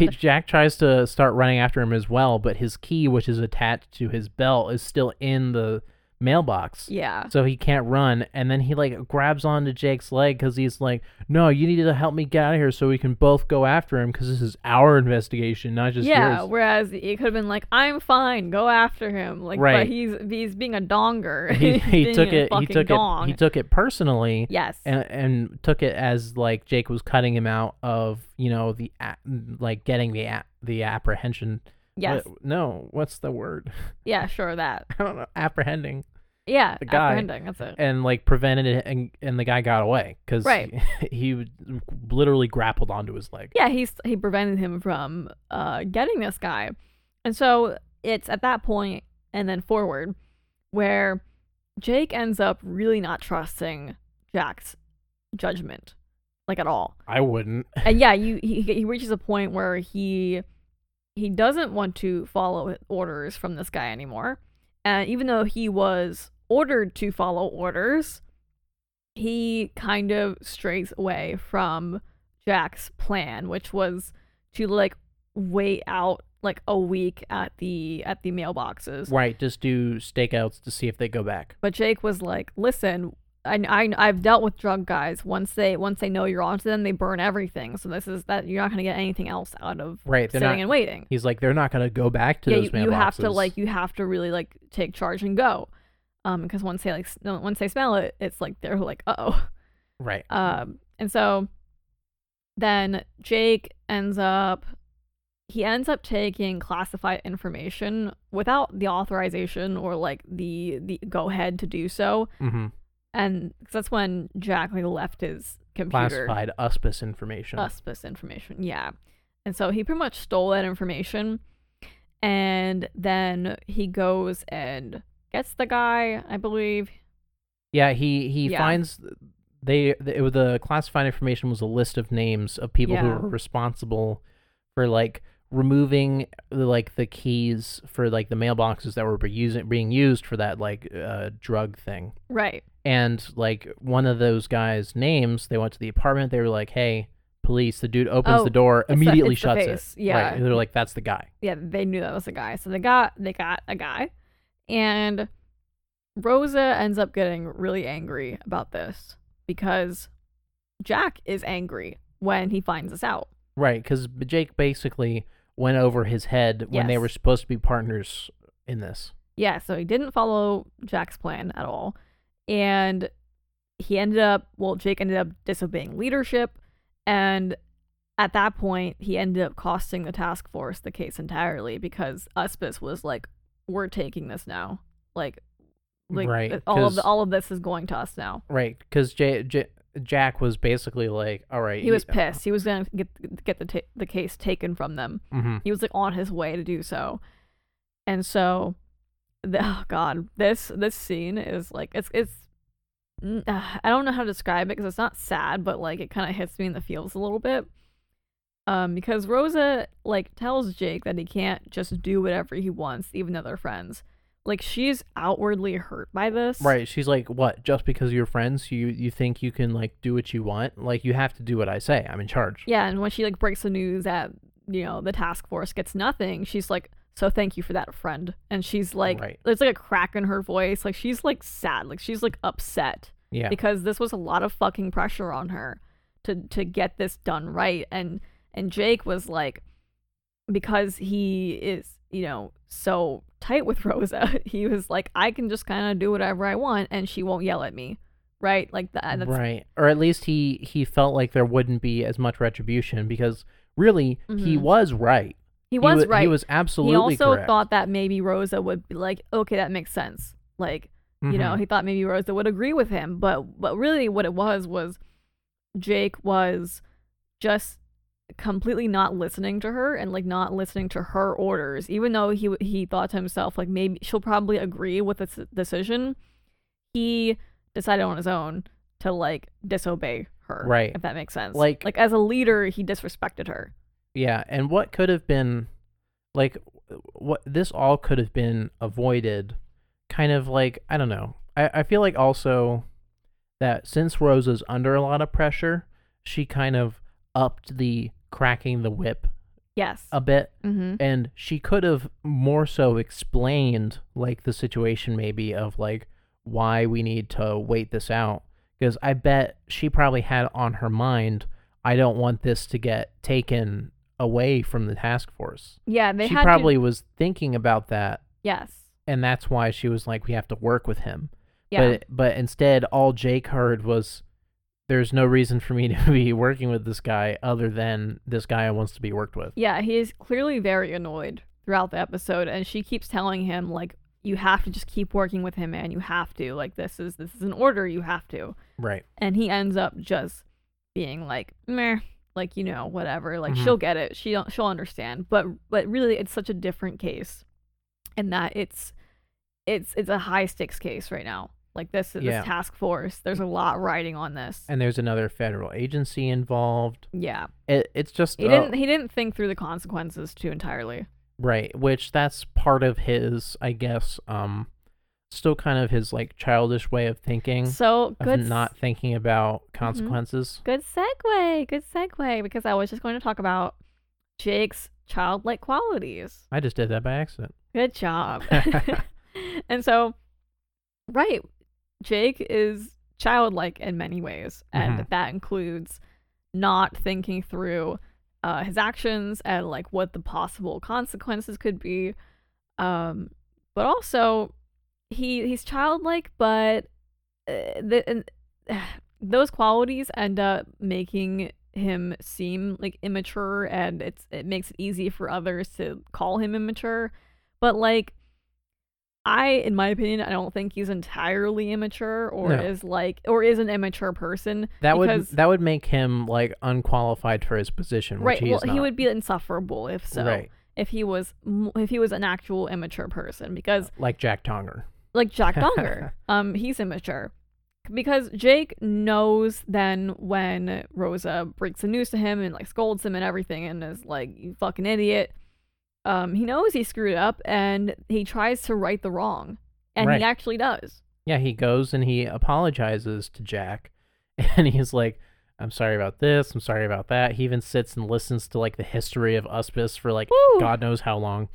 S1: He, Jack tries to start running after him as well, but his key, which is attached to his belt, is still in the mailbox.
S2: yeah.
S1: So he can't run, and then he like grabs onto Jake's leg because he's like, "No, you need to help me get out of here so we can both go after him because this is our investigation, not just
S2: Yeah.
S1: yours."
S2: Whereas it could have been like, I'm fine, go after him. Like
S1: Right.
S2: but he's he's being a donger.
S1: He,
S2: He's
S1: he
S2: being
S1: took
S2: a
S1: it. He
S2: fucking
S1: took
S2: dong.
S1: it. He took it personally.
S2: yes.
S1: and, and took it as like Jake was cutting him out of you know the a- like getting the a- the apprehension.
S2: yes.
S1: What- no, what's the word?
S2: yeah, sure that.
S1: I don't know. Apprehending
S2: Yeah.
S1: The guy.
S2: apprehending, that's it.
S1: and like prevented it, and and the guy got away because
S2: Right.
S1: he, literally grappled onto his leg.
S2: yeah, he's he prevented him from uh getting this guy. And so it's at that point and then forward where Jake ends up really not trusting Jack's judgment like at all.
S1: I wouldn't.
S2: And yeah, you he, he reaches a point where he he doesn't want to follow orders from this guy anymore. And even though he was ordered to follow orders, he kind of strays away from Jack's plan, which was to like wait out like a week at the at the mailboxes.
S1: Right, just do stakeouts to see if they go back.
S2: But Jake was like, "Listen, I, I I've dealt with drug guys. Once they once they know you're onto them, they burn everything. So this is that you're not gonna get anything else out of
S1: Right, they're
S2: sitting
S1: not.
S2: and waiting.
S1: he's like, they're not gonna go back to
S2: yeah,
S1: those
S2: you, you have to
S1: mailboxes."
S2: like you have to really like take charge and go, um, because once they like s- no, once they smell it, it's like they're like, uh oh,
S1: right.
S2: um, and so then Jake ends up he ends up taking classified information without the authorization or like the the go ahead to do so
S1: hmm
S2: and 'cause that's when Jack like left his computer
S1: Classified USPIS information.
S2: USPIS information. Yeah, and so he pretty much stole that information, and then he goes and gets the guy, I believe.
S1: Yeah, he he
S2: Yeah.
S1: finds they it, was- the classified information was a list of names of people who
S2: Yeah.
S1: were responsible for like removing the, like the keys for like the mailboxes that were be- using being used for that like uh, drug thing.
S2: Right.
S1: And like one of those guys' names, they went to the apartment. They were like, "Hey, police!" The dude opens
S2: Oh,
S1: the door,
S2: the-
S1: immediately
S2: it's the
S1: shuts
S2: face,
S1: it.
S2: yeah.
S1: right. they're like, "That's the guy."
S2: Yeah, they knew that was a guy, so they got they got a guy, and Rosa ends up getting really angry about this because Jack is angry when he finds this out.
S1: Right, because Jake basically went over his head when they
S2: Yes.
S1: were supposed to be partners in this.
S2: yeah, so he didn't follow Jack's plan at all. And he ended up, well, Jake ended up disobeying leadership. And at that point, he ended up costing the task force the case entirely because Uspis was like, we're taking this now. Like, like
S1: Right,
S2: th- all of the,
S1: 'cause-
S2: all of this is going to us now.
S1: Right, because J- J- Jack was basically like, "All right,
S2: He was pissed. He was gonna get get the ta- the case taken from them.
S1: hmm
S2: he was like on his way to do so and so the, oh god this this scene is like it's it's mm, ah, i don't know how to describe it because it's not sad but like it kind of hits me in the feels a little bit um because rosa like tells jake that he can't just do whatever he wants even though they're friends like she's outwardly hurt by this
S1: Right, she's like, "What? Just because you're friends, you you think you can like do what you want? Like you have to do what I say. I'm in charge."
S2: yeah and when she like breaks the news that you know the task force gets nothing she's like so thank you for that friend and she's like
S1: Right.
S2: there's like a crack in her voice like she's like sad like she's like upset
S1: Yeah,
S2: because this was a lot of fucking pressure on her to to get this done right and and Jake was like because he is you know so tight with Rosa he was like I can just kind of do whatever I want and she won't yell at me right like that uh, that's
S1: right. Or at least he he felt like there wouldn't be as much retribution because really he
S2: Mhm.
S1: was right.
S2: he was
S1: wa-
S2: right
S1: He was absolutely
S2: he also
S1: correct.
S2: thought that maybe Rosa would be like, okay, that makes sense. Like, you know,
S1: Mhm.
S2: he thought maybe Rosa would agree with him, but but really, what it was was Jake was just completely not listening to her and like not listening to her orders, even though he w- he thought to himself like maybe she'll probably agree with this decision. He decided on his own to like disobey her,
S1: Right.
S2: If that makes sense,
S1: Like-
S2: like as a leader, he disrespected her.
S1: Yeah, and what could have been like what this all could have been avoided kind of like I don't know. I, I feel like also that since Rosa's under a lot of pressure, she kind of upped the cracking the whip
S2: Yes.
S1: a bit
S2: mm-hmm.
S1: and she could have more so explained like the situation maybe of like why we need to wait this out because i bet she probably had on her mind i don't want this to get taken away from the task force
S2: Yeah, they
S1: she
S2: had
S1: probably
S2: to,
S1: was thinking about that
S2: yes.
S1: and that's why she was like we have to work with him
S2: Yeah.
S1: but but instead all jake heard was there's no reason for me to be working with this guy other than this guy wants to be worked with
S2: Yeah, he is clearly very annoyed throughout the episode, and she keeps telling him like, "You have to just keep working with him, man. You have to. Like, this is this is an order. You have to."
S1: right
S2: And he ends up just being like, "Meh." Like you know, whatever. Like
S1: Mhm.
S2: she'll get it. She she'll understand. But but really, it's such a different case, in that it's it's it's a high stakes case right now. Like this this
S1: Yeah.
S2: task force. There's a lot riding on this.
S1: and there's another federal agency involved.
S2: yeah,
S1: It, it's just
S2: he
S1: uh,
S2: didn't he didn't think through the consequences too entirely.
S1: right, which that's part of his, I guess, um, still kind of his like childish way of thinking
S2: So
S1: of
S2: good s- mm-hmm.
S1: not thinking about consequences.
S2: Good segue. Good segue. Because I was just going to talk about Jake's childlike qualities.
S1: I just did that by accident.
S2: Good job. and so, right, Jake is childlike in many ways. And
S1: Mhm.
S2: that includes not thinking through uh, his actions and like what the possible consequences could be. Um, but also, he he's childlike, but uh, the, and, those qualities end up making him seem like immature and it's it makes it easy for others to call him immature but like i in my opinion i don't think he's entirely immature or
S1: No.
S2: is like or is an immature person
S1: That
S2: because-
S1: would that would make him like unqualified for his position, which
S2: right
S1: he
S2: well
S1: is not.
S2: he would be insufferable if so
S1: right,
S2: if he was m- if he was an actual immature person because
S1: like Jack Tonger.
S2: like Jack Donger. um, he's immature because Jake knows then when Rosa breaks the news to him and like scolds him and everything and is like, "You fucking idiot." Um, he knows he screwed up and he tries to right the wrong, and
S1: Right.
S2: he actually does.
S1: Yeah, he goes and he apologizes to Jack, and he's like, "I'm sorry about this. I'm sorry about that." He even sits and listens to like the history of Uspis for like
S2: Woo!
S1: God knows how long,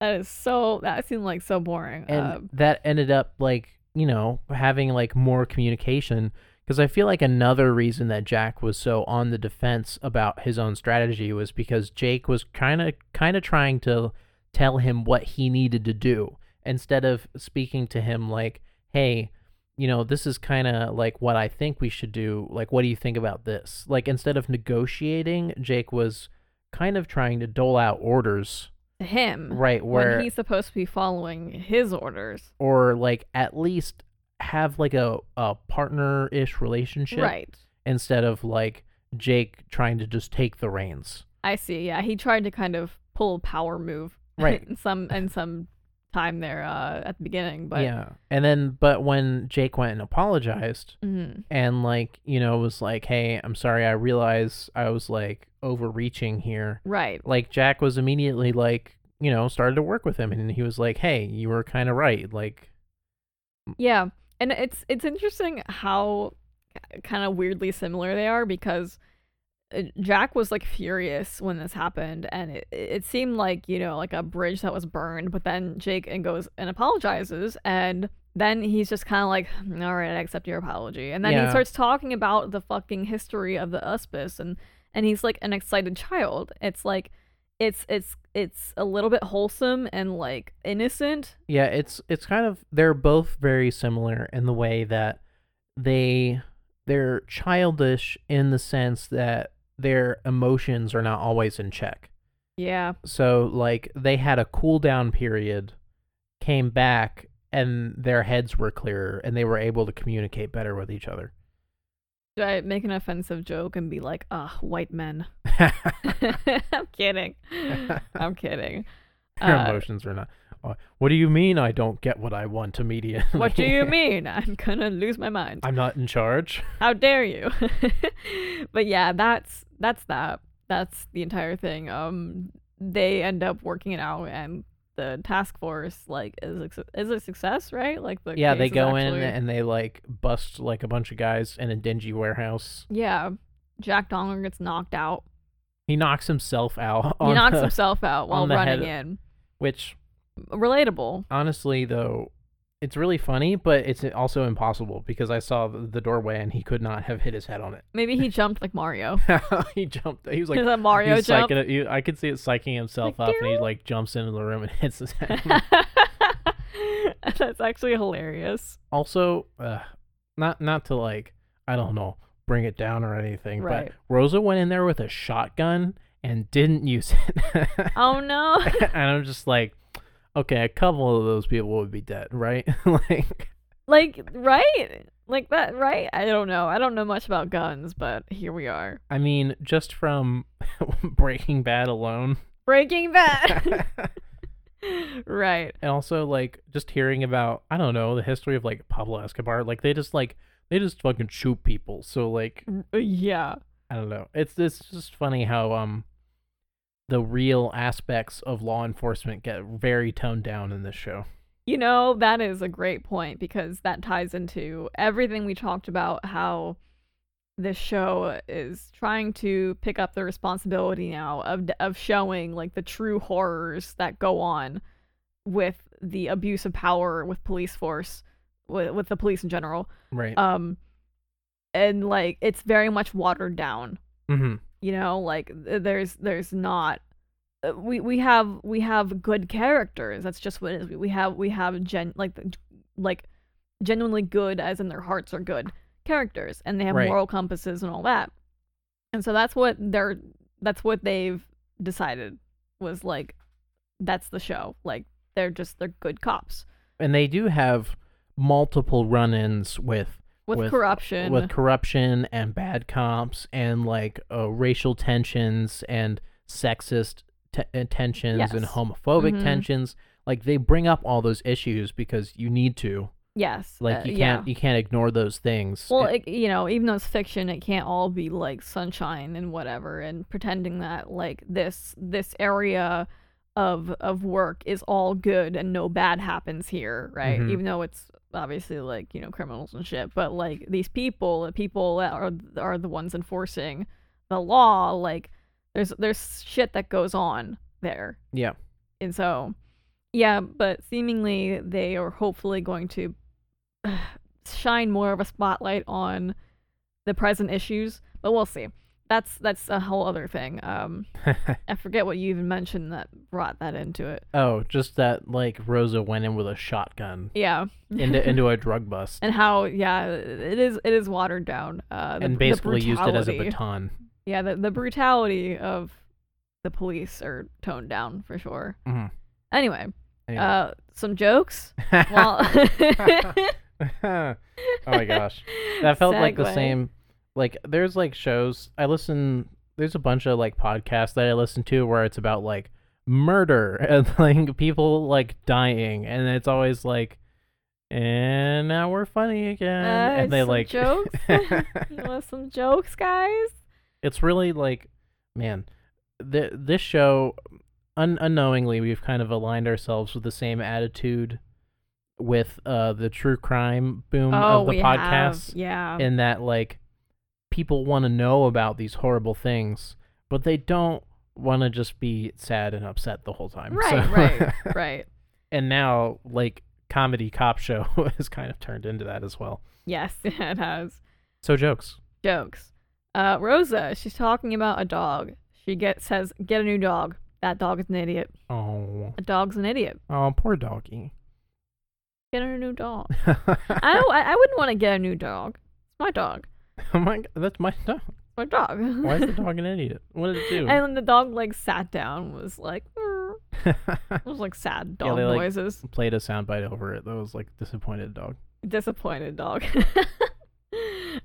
S2: That is so. That seemed like so boring.
S1: and
S2: uh,
S1: that ended up like you know having like more communication because I feel like another reason that Jack was so on the defense about his own strategy was because Jake was kind of kind of trying to tell him what he needed to do instead of speaking to him like, "Hey, you know, this is kind of like what I think we should do. Like, what do you think about this?" Like instead of negotiating, Jake was kind of trying to dole out orders,
S2: to uh, him,
S1: right? Where
S2: when he's supposed to be following his orders,
S1: or like at least have like a, a partner-ish relationship
S2: right?
S1: instead of like Jake trying to just take the reins.
S2: I see. Yeah, he tried to kind of pull a power move,
S1: Right.
S2: in some in some time there uh, at the beginning, but
S1: yeah. And then but when Jake went and apologized
S2: Mhm.
S1: and like, you know, was like, "Hey, I'm sorry. I realize I was like overreaching here."
S2: Right.
S1: Like Jack was immediately like, you know, started to work with him and he was like, "Hey, you were kind of right." Like
S2: Yeah. And it's it's interesting how kind of weirdly similar they are because uh, Jack was like furious when this happened and it, it seemed like, you know, like a bridge that was burned, but then Jake and goes and apologizes and then he's just kind of like, "Hmm, all right, I accept your apology. And then
S1: Yeah.
S2: he starts talking about the fucking history of the Uspis and and he's like an excited child. It's like it's it's it's a little bit wholesome and like innocent.
S1: Yeah, it's it's kind of they're both very similar in the way that they they're childish in the sense that their emotions are not always in check.
S2: Yeah.
S1: So like they had a cool down period, came back and their heads were clearer and they were able to communicate better with each other.
S2: Should I make an offensive joke and be like, ah, white men? I'm kidding. I'm kidding.
S1: their
S2: Mm. Uh,
S1: emotions are not. "Oh, What do you mean I don't get what I want immediately?
S2: What do you mean? I'm gonna lose my mind.
S1: I'm not in charge.
S2: How dare you? but yeah, that's that's that. That's the entire thing. Um, they end up working it out, and the task force like is a, suc- is a success, right? Like the
S1: yeah, they
S2: case is
S1: go in
S2: actually-
S1: and they like bust like a bunch of guys in a dingy warehouse.
S2: yeah, Jack Donner gets knocked out,
S1: He knocks himself out
S2: he
S1: on
S2: knocks
S1: the-
S2: himself out while
S1: on the
S2: running
S1: head.
S2: in.
S1: which
S2: Relatable.
S1: honestly though it's really funny, but it's also impossible because I saw the the doorway and he could not have hit his head on
S2: Maybe he jumped like Mario.
S1: it. he jumped. He was like
S2: Is that Mario
S1: he's
S2: jump?
S1: psyching- he- I could see it psyching himself
S2: Like,
S1: up, and he
S2: "Daryl?"
S1: like jumps into the room and hits his head.
S2: That's actually hilarious.
S1: also, uh, not not to like I don't know bring it down or anything,
S2: Right.
S1: but Rosa went in there with a shotgun and didn't use it.
S2: Oh no.
S1: and I'm just like, okay, a couple of those people would be dead, right? like,
S2: like right? Like that right? I don't know. I don't know much about guns, but here we are.
S1: I mean, just from Breaking Bad alone,
S2: Breaking Bad.
S1: and
S2: right.
S1: also like just hearing about I don't know the history of like Pablo Escobar, like they just like they just fucking shoot people. So like
S2: Uh, Yeah.
S1: I don't know, it's it's just funny how um the real aspects of law enforcement get very toned down in this show.
S2: You know, that is a great point because that ties into everything we talked about how this show is trying to pick up the responsibility now of of showing like the true horrors that go on with the abuse of power with police force with, with the police in general.
S1: Right.
S2: Um and like it's very much watered down
S1: mm-hmm.
S2: you know like th- there's there's not uh, we we have we have good characters that's just what it is we have we have gen like the- like genuinely good as in their hearts are good characters and they have
S1: Right.
S2: moral compasses and all that and so that's what they're that's what they've decided was like that's the show like they're just they're good cops
S1: And they do have multiple run-ins with
S2: with,
S1: With-
S2: corruption
S1: with corruption and bad comps and like uh, racial tensions and sexist te- uh, tensions and
S2: Yes.
S1: homophobic
S2: Mhm.
S1: tensions like they bring up all those issues because you need to
S2: yes
S1: like
S2: uh,
S1: you
S2: yeah.
S1: can't you can't ignore those things
S2: Well,
S1: It-
S2: it, you know, even though it's fiction, it can't all be like sunshine and whatever, and pretending that like this this area of of work is all good and no bad happens here, right?
S1: Mhm.
S2: Even though it's obviously like you know criminals and shit, but like these people, the people that are are the ones enforcing the law, like there's there's shit that goes on there,
S1: yeah
S2: and so yeah but seemingly they are hopefully going to shine more of a spotlight on the present issues but we'll see that's that's a whole other thing um i forget what you even mentioned that brought that into it
S1: oh just that like rosa went in with a shotgun
S2: yeah
S1: into into a drug bust
S2: and how yeah it is it is watered down uh the,
S1: and
S2: the
S1: basically used it as a
S2: brutality-
S1: baton
S2: yeah the, the brutality of the police are toned down for sure
S1: Mhm.
S2: anyway
S1: Anyway.
S2: uh some jokes well
S1: oh my gosh that felt like the
S2: Segue.
S1: same like there's like shows i listen there's a bunch of like podcasts that i listen to where it's about like murder and like people like dying and it's always like and now we're funny again
S2: Uh,
S1: Um, and they
S2: some
S1: like
S2: jokes. you want some jokes, guys?
S1: it's really like man th- this show un- unknowingly we've kind of aligned ourselves with the same attitude with uh the true crime boom
S2: oh,
S1: of the
S2: we
S1: podcasts
S2: have. Yeah.
S1: in that like people want to know about these horrible things, but they don't want to just be sad and upset the whole time.
S2: right,
S1: So-
S2: right, right.
S1: and now like comedy cop show has kind of turned into that as well.
S2: Yes, it has
S1: So jokes.
S2: jokes. Uh, Rosa, she's talking about a dog. She get says, "Get a new dog. That dog is an idiot.
S1: Oh,
S2: A dog's an idiot.
S1: oh, poor doggy.
S2: Get her a new dog." I
S1: oh
S2: don't, I, I wouldn't want to get a new dog. It's my dog.
S1: my, God, that's my dog.
S2: My dog.
S1: Why is the dog an idiot? What did it do?
S2: and the dog like sat down, was like, "Meow." it was like sad
S1: Yeah,
S2: dog
S1: they, like-
S2: noises.
S1: Played a soundbite over it that was like disappointed dog.
S2: disappointed dog.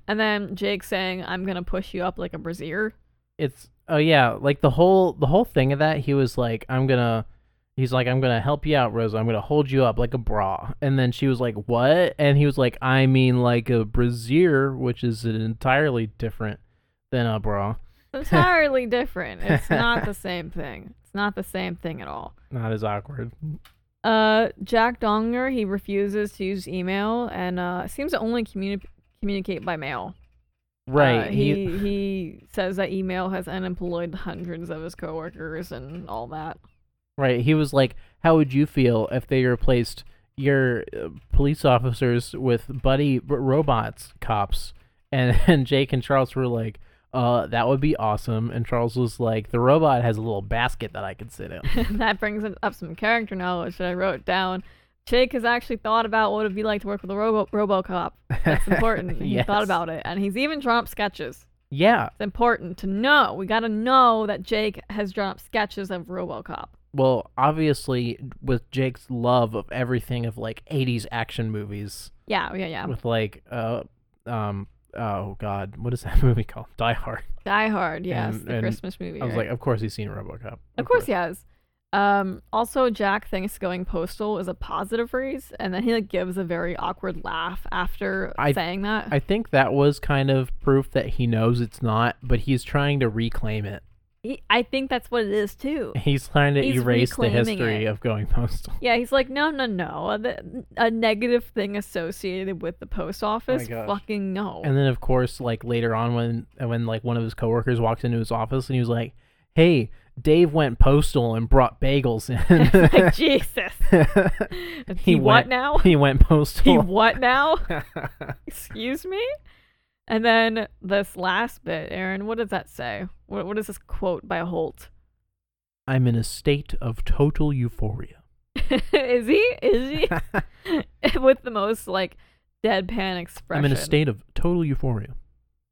S2: and then Jake saying, "I'm gonna push you up like a brazier."
S1: it's oh yeah like the whole the whole thing of that he was like i'm gonna he's like i'm gonna help you out rosa i'm gonna hold you up like a bra and then she was like what and he was like i mean like a brassiere which is an entirely different than a bra
S2: Entirely different. It's not the same thing. It's not the same thing at all.
S1: not as awkward
S2: Uh, Jack Donger he refuses to use email and uh, seems to only communi- communicate by mail. Uh,
S1: Right.
S2: he,
S1: he,
S2: he says that email has unemployed hundreds of his coworkers and all that.
S1: right. He was like, "How would you feel if they replaced your uh, police officers with buddy r- robots cops?" And and Jake and Charles were like, "Uh, that would be awesome." And Charles was like, "The robot has a little basket that I could sit in."
S2: that brings up some character knowledge that I wrote down. Jake has actually thought about what it would be like to work with a robo- RoboCop. That's important. He
S1: Yes.
S2: thought about it, and he's even drawn up sketches.
S1: Yeah.
S2: It's important to know. We got to know that Jake has drawn up sketches of RoboCop.
S1: Well, obviously, with Jake's love of everything of like '80s action movies,
S2: Yeah, yeah, yeah.
S1: with like, uh, um, oh God, what is that movie called? Die Hard.
S2: Die Hard, yes,
S1: And-
S2: the
S1: and
S2: Christmas movie.
S1: I was
S2: right?
S1: like, of course he's seen RoboCop.
S2: Of course he has. Um, also, Jack thinks going postal is a positive phrase, and then he like gives a very awkward laugh after
S1: I-
S2: saying that.
S1: I think that was kind of proof that he knows it's not, but he's trying to reclaim it.
S2: he, I think that's what it is too.
S1: He's trying to
S2: He's
S1: erase the
S2: reclaiming
S1: history
S2: it.
S1: of going postal.
S2: Yeah, he's like, no, no, no. A, th- a negative thing associated with the post office?
S1: Oh gosh.
S2: Fucking no.
S1: And then of course, like later on when when like one of his coworkers walks into his office and he was like, "Hey, Dave went postal and brought bagels in."
S2: like, Jesus.
S1: he
S2: he
S1: went-
S2: what now?
S1: he went
S2: He
S1: postal.
S2: what now? Excuse me? And then this last bit, Aaron, what does that say? What, what is this quote by Holt?
S1: I'm in a state of total euphoria.
S2: is he? Is he?
S1: I'm
S2: with the most like deadpan expression.
S1: in a state of total euphoria.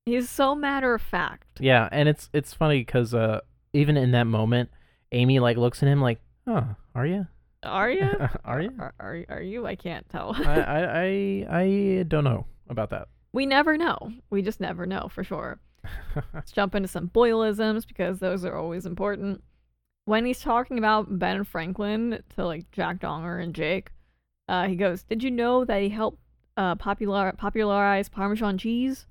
S2: He's so matter of fact.
S1: Yeah, and it's it's funny because uh, even in that moment, Amy like looks at him like, "Huh, are you?
S2: Are you?
S1: are you?
S2: Are, are are you? I can't tell.
S1: I, I I I don't know about that."
S2: we never know. We just never know for sure. Let's jump into some Boyleisms because those are always important. When he's talking about Ben Franklin to like Jack Donger and Jake, uh, he goes, "Did you know that he helped uh, popular popularize Parmesan cheese?"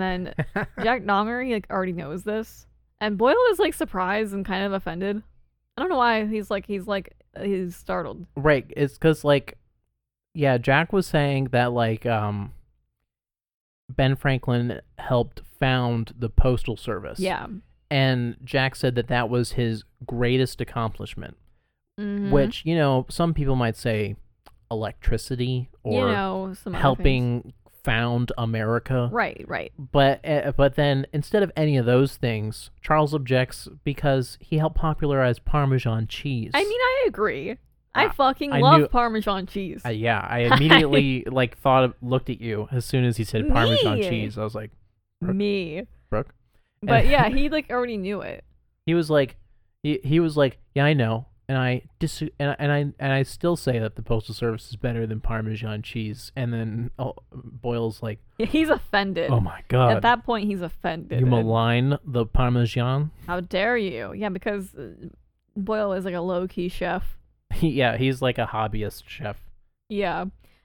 S2: then Jack Donger, he like already knows this, and Boyle is like surprised and kind of offended. I don't know why he's like he's like he's startled.
S1: right, it's because like, yeah, Jack was saying that like um, Ben Franklin helped found the postal service.
S2: Yeah,
S1: and Jack said that that was his greatest accomplishment,
S2: Mhm.
S1: which you know some people might say electricity
S2: you
S1: or
S2: know some other things.
S1: helping found America.
S2: Right, right.
S1: But uh, but then instead of any of those things, Charles objects because he helped popularize Parmesan cheese.
S2: I mean, I agree. I
S1: Ah,
S2: fucking
S1: I
S2: love
S1: knew-
S2: Parmesan cheese.
S1: Uh, yeah, I immediately like thought of, looked at you as soon as he said Parmesan
S2: Me.
S1: cheese. I was like,
S2: Me,
S1: Brooke.
S2: but yeah, he like already knew it.
S1: He was like, he, he was like, yeah, I know, and I dis and I, and I and I still say that the postal service is better than Parmesan cheese. And then oh, Boyle's like,
S2: He's offended.
S1: oh my
S2: At
S1: god,
S2: that point, he's offended.
S1: you
S2: And
S1: malign the Parmesan.
S2: How dare you? Yeah, because uh, Boyle is like a low key chef.
S1: yeah, he's like a hobbyist chef.
S2: Yeah.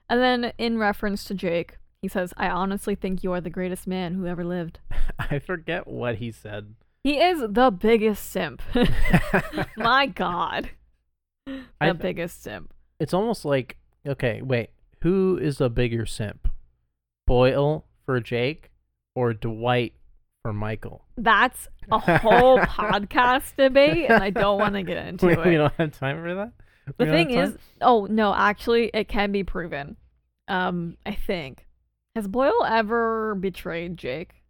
S2: And then in reference to Jake, he says, I honestly think you are the greatest man who ever lived.
S1: I forget what he said.
S2: He is the biggest simp. My God. The
S1: I-
S2: biggest simp.
S1: it's almost like okay, wait, who is a bigger simp? Boyle for Jake or Dwight for Michael?
S2: That's a whole podcast debate, and I don't want to get into
S1: We,
S2: it.
S1: we don't have time for that.
S2: the
S1: We don't have
S2: thing is,
S1: time?
S2: oh, no, actually, it can be proven. Um, I think. Has Boyle ever betrayed Jake?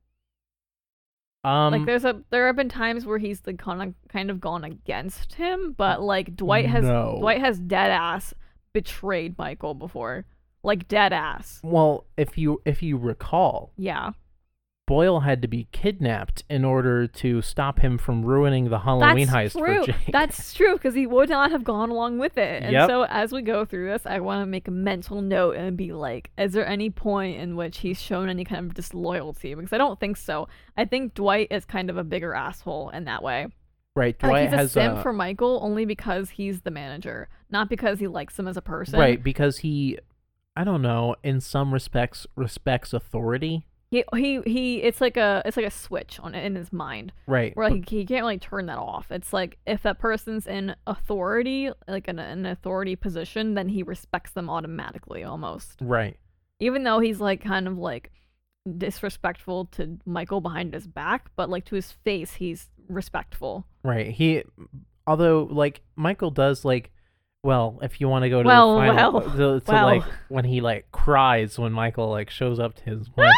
S1: um,
S2: like there's a there have been times where he's like kind of kind of gone against him, but like Dwight has
S1: No.
S2: Dwight has dead ass betrayed Michael before, like dead ass.
S1: well, if you if you recall,
S2: Yeah,
S1: Boyle had to be kidnapped in order to stop him from ruining the Halloween
S2: that's
S1: heist
S2: true.
S1: for Jake.
S2: That's true because he would not have gone along with it. And
S1: Yep.
S2: so as we go through this, I want to make a mental note and be like, is there any point in which he's shown any kind of disloyalty? Because I don't think so. I think Dwight is kind of a bigger asshole in that way.
S1: right. Dwight
S2: Like he's a
S1: has
S2: simp for Michael only because he's the manager, not because he likes him as a person.
S1: right because he, I don't know, in some respects respects authority.
S2: He he he. It's like a it's like a switch on in his mind
S1: Right.
S2: where like he can't really turn that off. It's like if that person's in authority, like an an authority position, then he respects them automatically almost.
S1: Right.
S2: Even though he's like kind of like disrespectful to Michael behind his back, but like to his face, he's respectful.
S1: Right. He, although like Michael does like, well, if you want to go to
S2: Well,
S1: the final,
S2: well,
S1: to, to,
S2: well.
S1: like when he like cries when Michael like shows up to his wedding.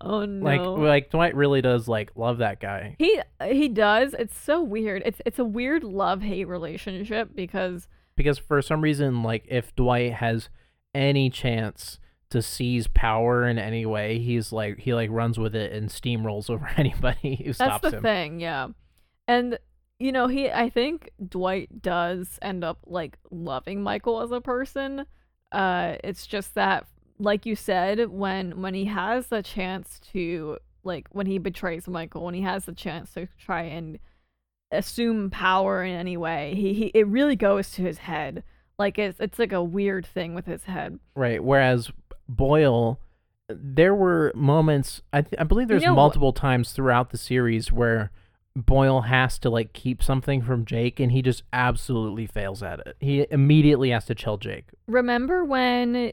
S2: oh no.
S1: like like Dwight really does like love that guy.
S2: he he does. It's so weird. It's it's a weird love hate relationship because
S1: because for some reason like if dwight has any chance to seize power in any way he's like he like runs with it and steamrolls over anybody who
S2: that's
S1: stops
S2: the
S1: him
S2: thing, yeah. And you know, he I think Dwight does end up like loving Michael as a person. Uh it's just that like you said when when he has the chance to like when he betrays Michael, when he has the chance to try and assume power in any way, he, he it really goes to his head. Like it's it's like a weird thing with his head.
S1: right whereas boyle there were moments i, th- I believe
S2: You
S1: there's
S2: know-
S1: multiple times throughout the series where boyle has to like keep something from jake and he just absolutely fails at it he immediately has to chill jake
S2: remember when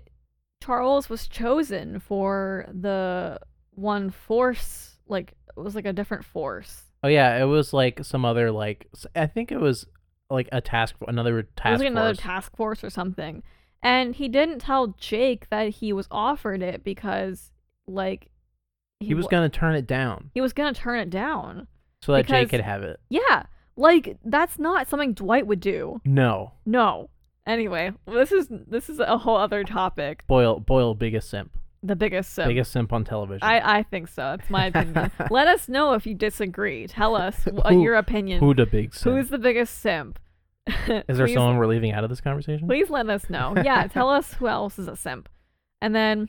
S2: Charles was chosen for the one force? Like it was like a different force.
S1: oh yeah it was like some other like s- i think it was like a task another task
S2: it was like another
S1: force.
S2: task force or something. And he didn't tell Jake that he was offered it because, like,
S1: he was
S2: wa-
S1: going to turn it down
S2: he was gonna turn it down.
S1: so that Jake
S2: Because-
S1: could have it.
S2: Yeah, like that's not something Dwight would do.
S1: No,
S2: No. Anyway, this is this is a whole other topic.
S1: Boyle, Boyle, biggest simp,
S2: The biggest sin.
S1: biggest simp on television.
S2: I, I think so. That's my opinion. Let us know if you disagree. Tell us what
S1: Who-
S2: your opinion.
S1: Who the big simp?
S2: Who's the biggest simp?
S1: Is there
S2: please,
S1: someone we're leaving out of this conversation?
S2: Please let us know. Yeah, tell us who else is a simp, and then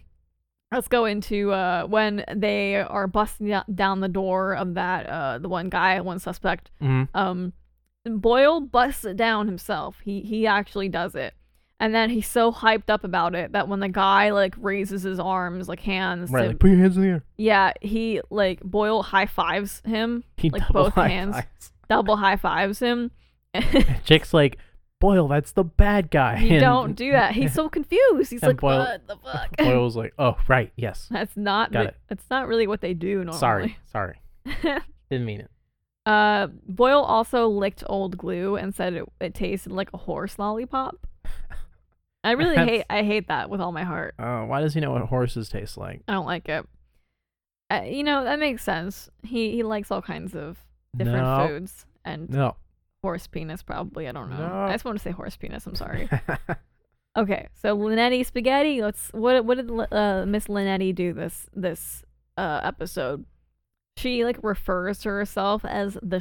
S2: let's go into uh, when they are busting do- down the door of that uh, the one guy, one suspect.
S1: Mhm.
S2: Um, Boyle busts it down himself. He he actually does it. And then he's so hyped up about it that when the guy like raises his arms, like hands,
S1: Right,
S2: to-
S1: like put your hands in the air.
S2: yeah, he like Boyle high fives him,
S1: He
S2: Like,
S1: double
S2: both hands.
S1: high-fives.
S2: double high fives him.
S1: Jake's like, Boyle, that's the bad guy.
S2: You
S1: And
S2: don't do that. He's so confused. He's
S1: And
S2: like,
S1: Boyle-
S2: what the fuck?
S1: Boyle was like, oh right, yes.
S2: That's not.
S1: Got
S2: re-
S1: it.
S2: That's not really what they do normally.
S1: Sorry, sorry, didn't mean it.
S2: uh, Boyle also licked old glue and said it, it tasted like a horse lollipop. I really
S1: That's-
S2: hate. I hate that with all my heart.
S1: Uh, why does he know what horses taste like?
S2: I don't like it. Uh, you know that makes sense. He he likes all kinds of different
S1: no,
S2: foods and
S1: no.
S2: horse penis probably. I don't know.
S1: No.
S2: I just want to say horse penis. I'm sorry.
S1: Uh,
S2: Okay, so Linetti spaghetti. Let's what what did uh, Miss Linetti do this this uh, episode? She like refers to herself as the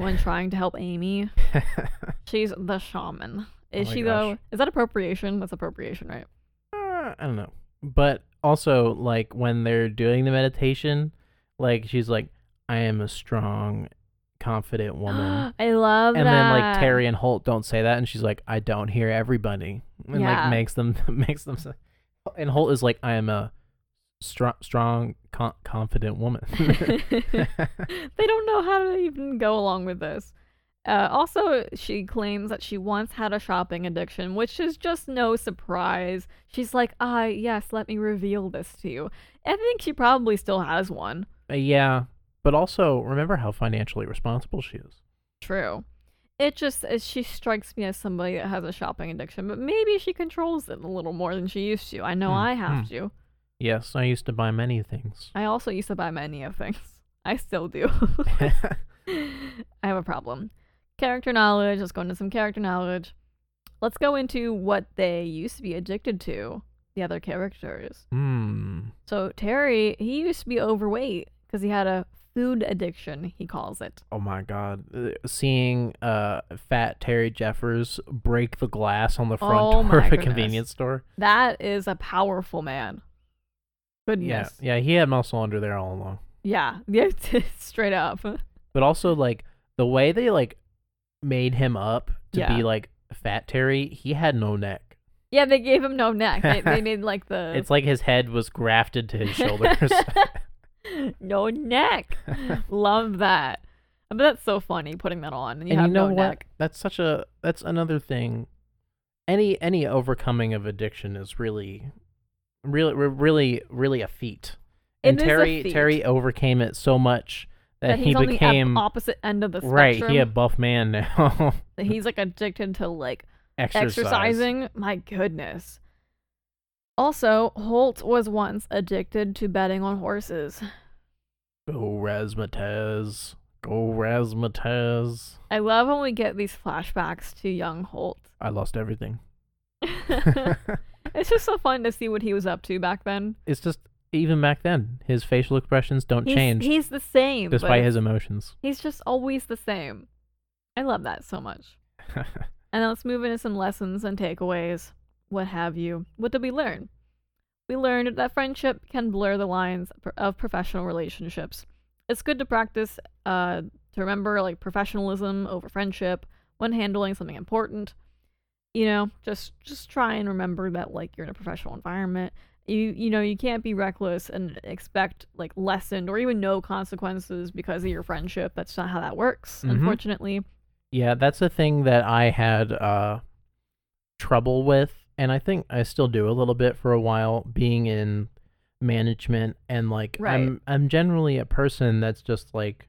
S2: when trying to help Amy. She's the shaman. Is
S1: Oh my
S2: she though?
S1: gosh.
S2: Is that appropriation? That's appropriation, right?
S1: Uh, I don't know. But also, like when they're doing the meditation, like she's like, "I am a strong, confident woman,"
S2: I love
S1: and
S2: that.
S1: then like Terry and Holt don't say that, and she's like, "I don't hear everybody," and
S2: Yeah.
S1: like makes them makes them. Say, and Holt is like, "I am a strong, strong, con- confident woman."
S2: they don't know how to even go along with this. Uh, also, she claims that she once had a shopping addiction, which is just no surprise. She's like, ah, yes, let me reveal this to you. I think she probably still has one.
S1: Uh, yeah, but also remember how financially responsible she is.
S2: True. It just, it, she strikes me as somebody that has a shopping addiction, but maybe she controls it a little more than she used to. I know
S1: Hmm,
S2: I have
S1: hmm.
S2: to.
S1: Yes, I used to buy many things.
S2: I also used to buy many of things. I still do. I have a problem. Character knowledge. Let's go into some character knowledge. Let's go into what they used to be addicted to, the other characters.
S1: Hmm.
S2: So, Terry, he used to be overweight because he had a food addiction, he calls it.
S1: Oh my god, Uh, seeing uh fat Terry Jeffers break the glass on the front
S2: Oh
S1: door
S2: my
S1: of a
S2: goodness.
S1: convenience store.
S2: That is a powerful man.
S1: Yeah,
S2: Goodness.
S1: yeah, he had muscle under there all along.
S2: Yeah. Yeah. Straight up.
S1: But also like the way they like made him up to
S2: Yeah.
S1: be like fat Terry, he had no neck.
S2: Yeah, they gave him no neck. They, they made like the.
S1: It's like his head was grafted to his shoulders.
S2: no neck. Love that. But that's so funny putting that on. And you
S1: and
S2: have
S1: you know
S2: no
S1: what?
S2: neck.
S1: That's such a that's another thing. Any any overcoming of addiction is really really, re- really, really a feat.
S2: It
S1: And
S2: is a
S1: Terry,
S2: feat.
S1: Terry overcame it so much that,
S2: that
S1: he
S2: he's on
S1: became
S2: the op- opposite end of the spectrum.
S1: right. He a buff man now.
S2: that he's like addicted to like
S1: Exercise.
S2: exercising. My goodness. Also, Holt was once addicted to betting on horses.
S1: Go Razzmatazz. Go Razzmatazz.
S2: I love when we get these flashbacks to young Holt.
S1: I lost everything.
S2: it's just so fun to see what he was up to back then.
S1: it's just even back then, his facial expressions don't
S2: He's,
S1: change
S2: he's the same. but
S1: despite his emotions.
S2: He's just always the same. I love that so much. And now let's move into some lessons and takeaways, what have you. What did we learn? We learned that friendship can blur the lines pro- of professional relationships. It's good to practice uh, to remember like professionalism over friendship when handling something important. You know, just just try and remember that like you're in a professional environment. You you know you can't be reckless and expect like lessened or even no consequences because of your friendship. That's not how that works,
S1: Mhm.
S2: unfortunately.
S1: yeah, that's a thing that I had uh, trouble with, and I think I still do a little bit for a while being in management and like
S2: Right.
S1: I'm I'm generally a person that's just like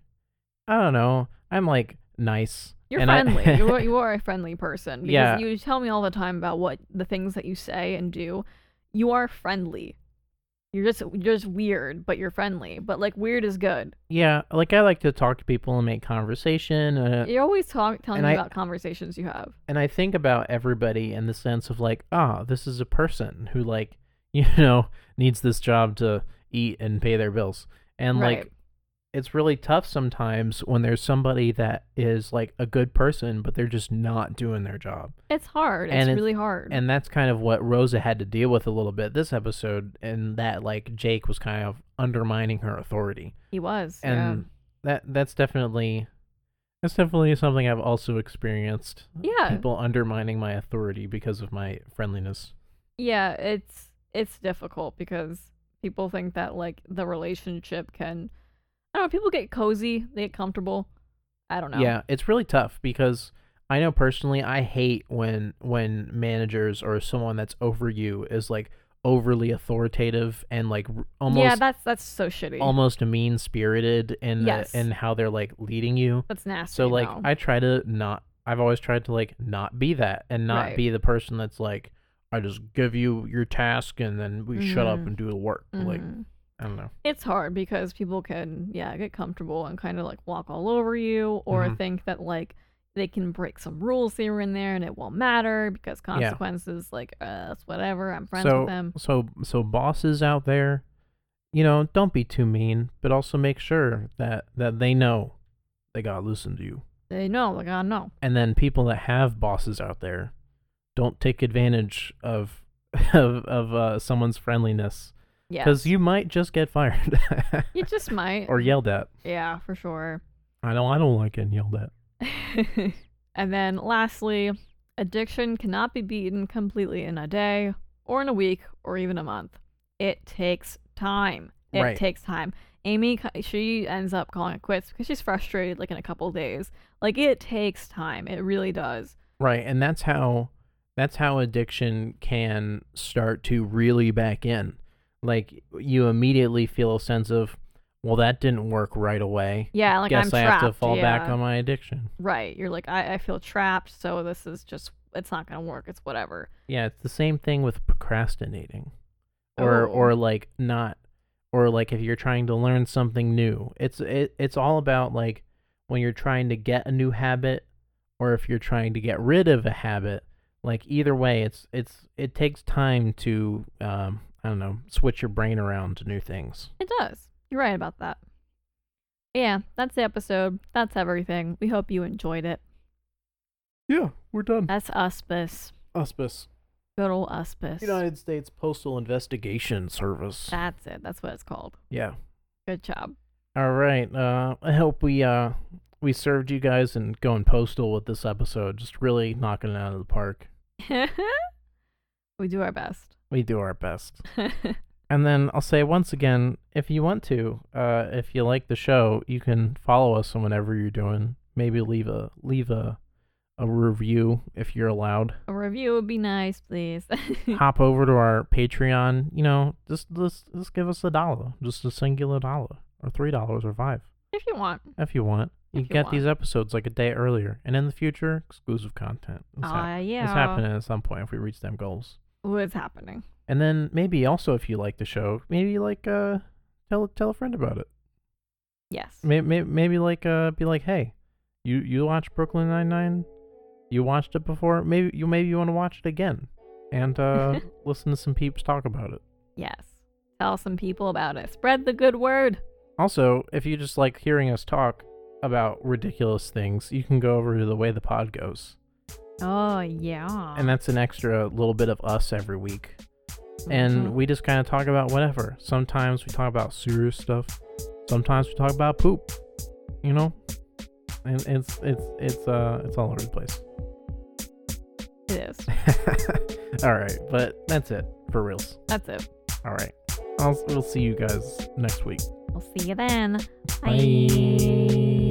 S1: I don't know, I'm like nice.
S2: You're
S1: and I-
S2: friendly. you, are, you are a friendly person. Because
S1: Yeah.
S2: You tell me all the time about what the things that you say and do. You are friendly. You're just you're just weird, but you're friendly. But like weird is good.
S1: yeah, like I like to talk to people and make conversation. Uh,
S2: You're always talk, telling
S1: And
S2: me
S1: I-
S2: about conversations you have.
S1: and I think about everybody in the sense of like, ah, this is a person who like, you know, needs this job to eat and pay their bills. And
S2: Right.
S1: like it's really tough sometimes when there's somebody that is like a good person but they're just not doing their job.
S2: It's hard. It's,
S1: And it's-
S2: really hard.
S1: And that's kind of what Rosa had to deal with a little bit this episode and that like Jake was kind of undermining her authority.
S2: he was. yeah.
S1: And that that's definitely that's definitely something I've also experienced
S2: Yeah.
S1: people undermining my authority because of my friendliness.
S2: yeah it's it's difficult because people think that like the relationship can i don't know people get cozy they get comfortable i don't know
S1: Yeah, it's really tough because I know personally I hate when when managers or someone that's over you is like overly authoritative and like r-
S2: yeah
S1: almost
S2: that's that's so shitty
S1: almost mean spirited in
S2: Yes.
S1: the, in how they're like leading you.
S2: that's nasty
S1: So like
S2: though.
S1: I try to not I've always tried to like not be that and not
S2: Right.
S1: be the person that's like I just give you your task and then we shut up
S2: Mhm.
S1: and do the work. Like
S2: Mhm.
S1: I don't know.
S2: it's hard because people can yeah get comfortable and kind of like walk all over you or
S1: Mhm.
S2: think that like they can break some rules here and there and it won't matter because consequences like uh it's whatever i'm friends
S1: so,
S2: with them
S1: So so bosses out there, you know, don't be too mean, but also make sure that that they know they gotta listen to you.
S2: they know like i know
S1: And then people that have bosses out there, don't take advantage of of of uh, someone's friendliness
S2: yeah
S1: because you might just get fired
S2: you just might
S1: or yelled at.
S2: yeah for sure
S1: I don't I don't like getting yelled at.
S2: and then lastly, addiction cannot be beaten completely in a day or in a week or even a month. It takes time. It
S1: Right.
S2: takes time. Amy, c- she ends up calling it quits because she's frustrated like in a couple days. Like it takes time. It really does.
S1: Right, and that's how that's how addiction can start to really back in. Like you immediately feel a sense of, well, that didn't work right away.
S2: Yeah, like
S1: Guess
S2: I'm
S1: I
S2: trapped.
S1: have to fall
S2: yeah.
S1: back on my addiction.
S2: Right. You're like, I, I feel trapped, so this is just it's not gonna work. It's whatever.
S1: Yeah, it's the same thing with procrastinating, or
S2: Oh.
S1: or like not, or like if you're trying to learn something new. It's it, it's all about like when you're trying to get a new habit, or if you're trying to get rid of a habit. Like either way, it's it's it takes time to um I don't know switch your brain around to new things.
S2: It does. You're right about that. Yeah, that's the episode. That's everything. We hope you enjoyed it.
S1: Yeah, we're done.
S2: That's Uspis.
S1: Auspice,
S2: Good old Uspis.
S1: United States Postal Investigation Service.
S2: That's it. That's what it's called.
S1: Yeah.
S2: Good job.
S1: All right. Uh, I hope we uh we served you guys and going postal with this episode. Just really knocking it out of the park.
S2: we do our best.
S1: We do our best. And then I'll say once again, if you want to, uh, if you like the show, you can follow us on whatever you're doing. Maybe leave a leave a a review if you're allowed.
S2: A review would be nice, please.
S1: Hop over to our Patreon. You know, just just just give us a dollar, just a singular dollar, or three dollars, or five,
S2: if you want.
S1: if you want. You
S2: If you
S1: get these episodes like a day earlier, and in the future, exclusive content. It's, hap-
S2: Ah,
S1: it's
S2: yeah.
S1: happening at some point if we reach them goals.
S2: What's happening?
S1: And then maybe also if you like the show, maybe like uh tell tell a friend about it.
S2: Yes.
S1: Maybe maybe, maybe like uh be like, hey, you you watched Brooklyn Nine Nine, you watched it before. Maybe you maybe you want to watch it again, and uh listen to some peeps talk about it.
S2: Yes. Tell some people about it. Spread the good word.
S1: Also, if you just like hearing us talk about ridiculous things, you can go over to the way the pod goes,
S2: Oh yeah.
S1: and that's an extra little bit of us every week.
S2: Mm-hmm.
S1: and we just kind of talk about whatever. Sometimes we talk about serious stuff. Sometimes we talk about poop. You know, and it's it's it's uh it's all over the place.
S2: it is.
S1: all right, but that's it for reals.
S2: That's it.
S1: All right, I'll, we'll see you guys next week.
S2: We'll see you then.
S1: Bye.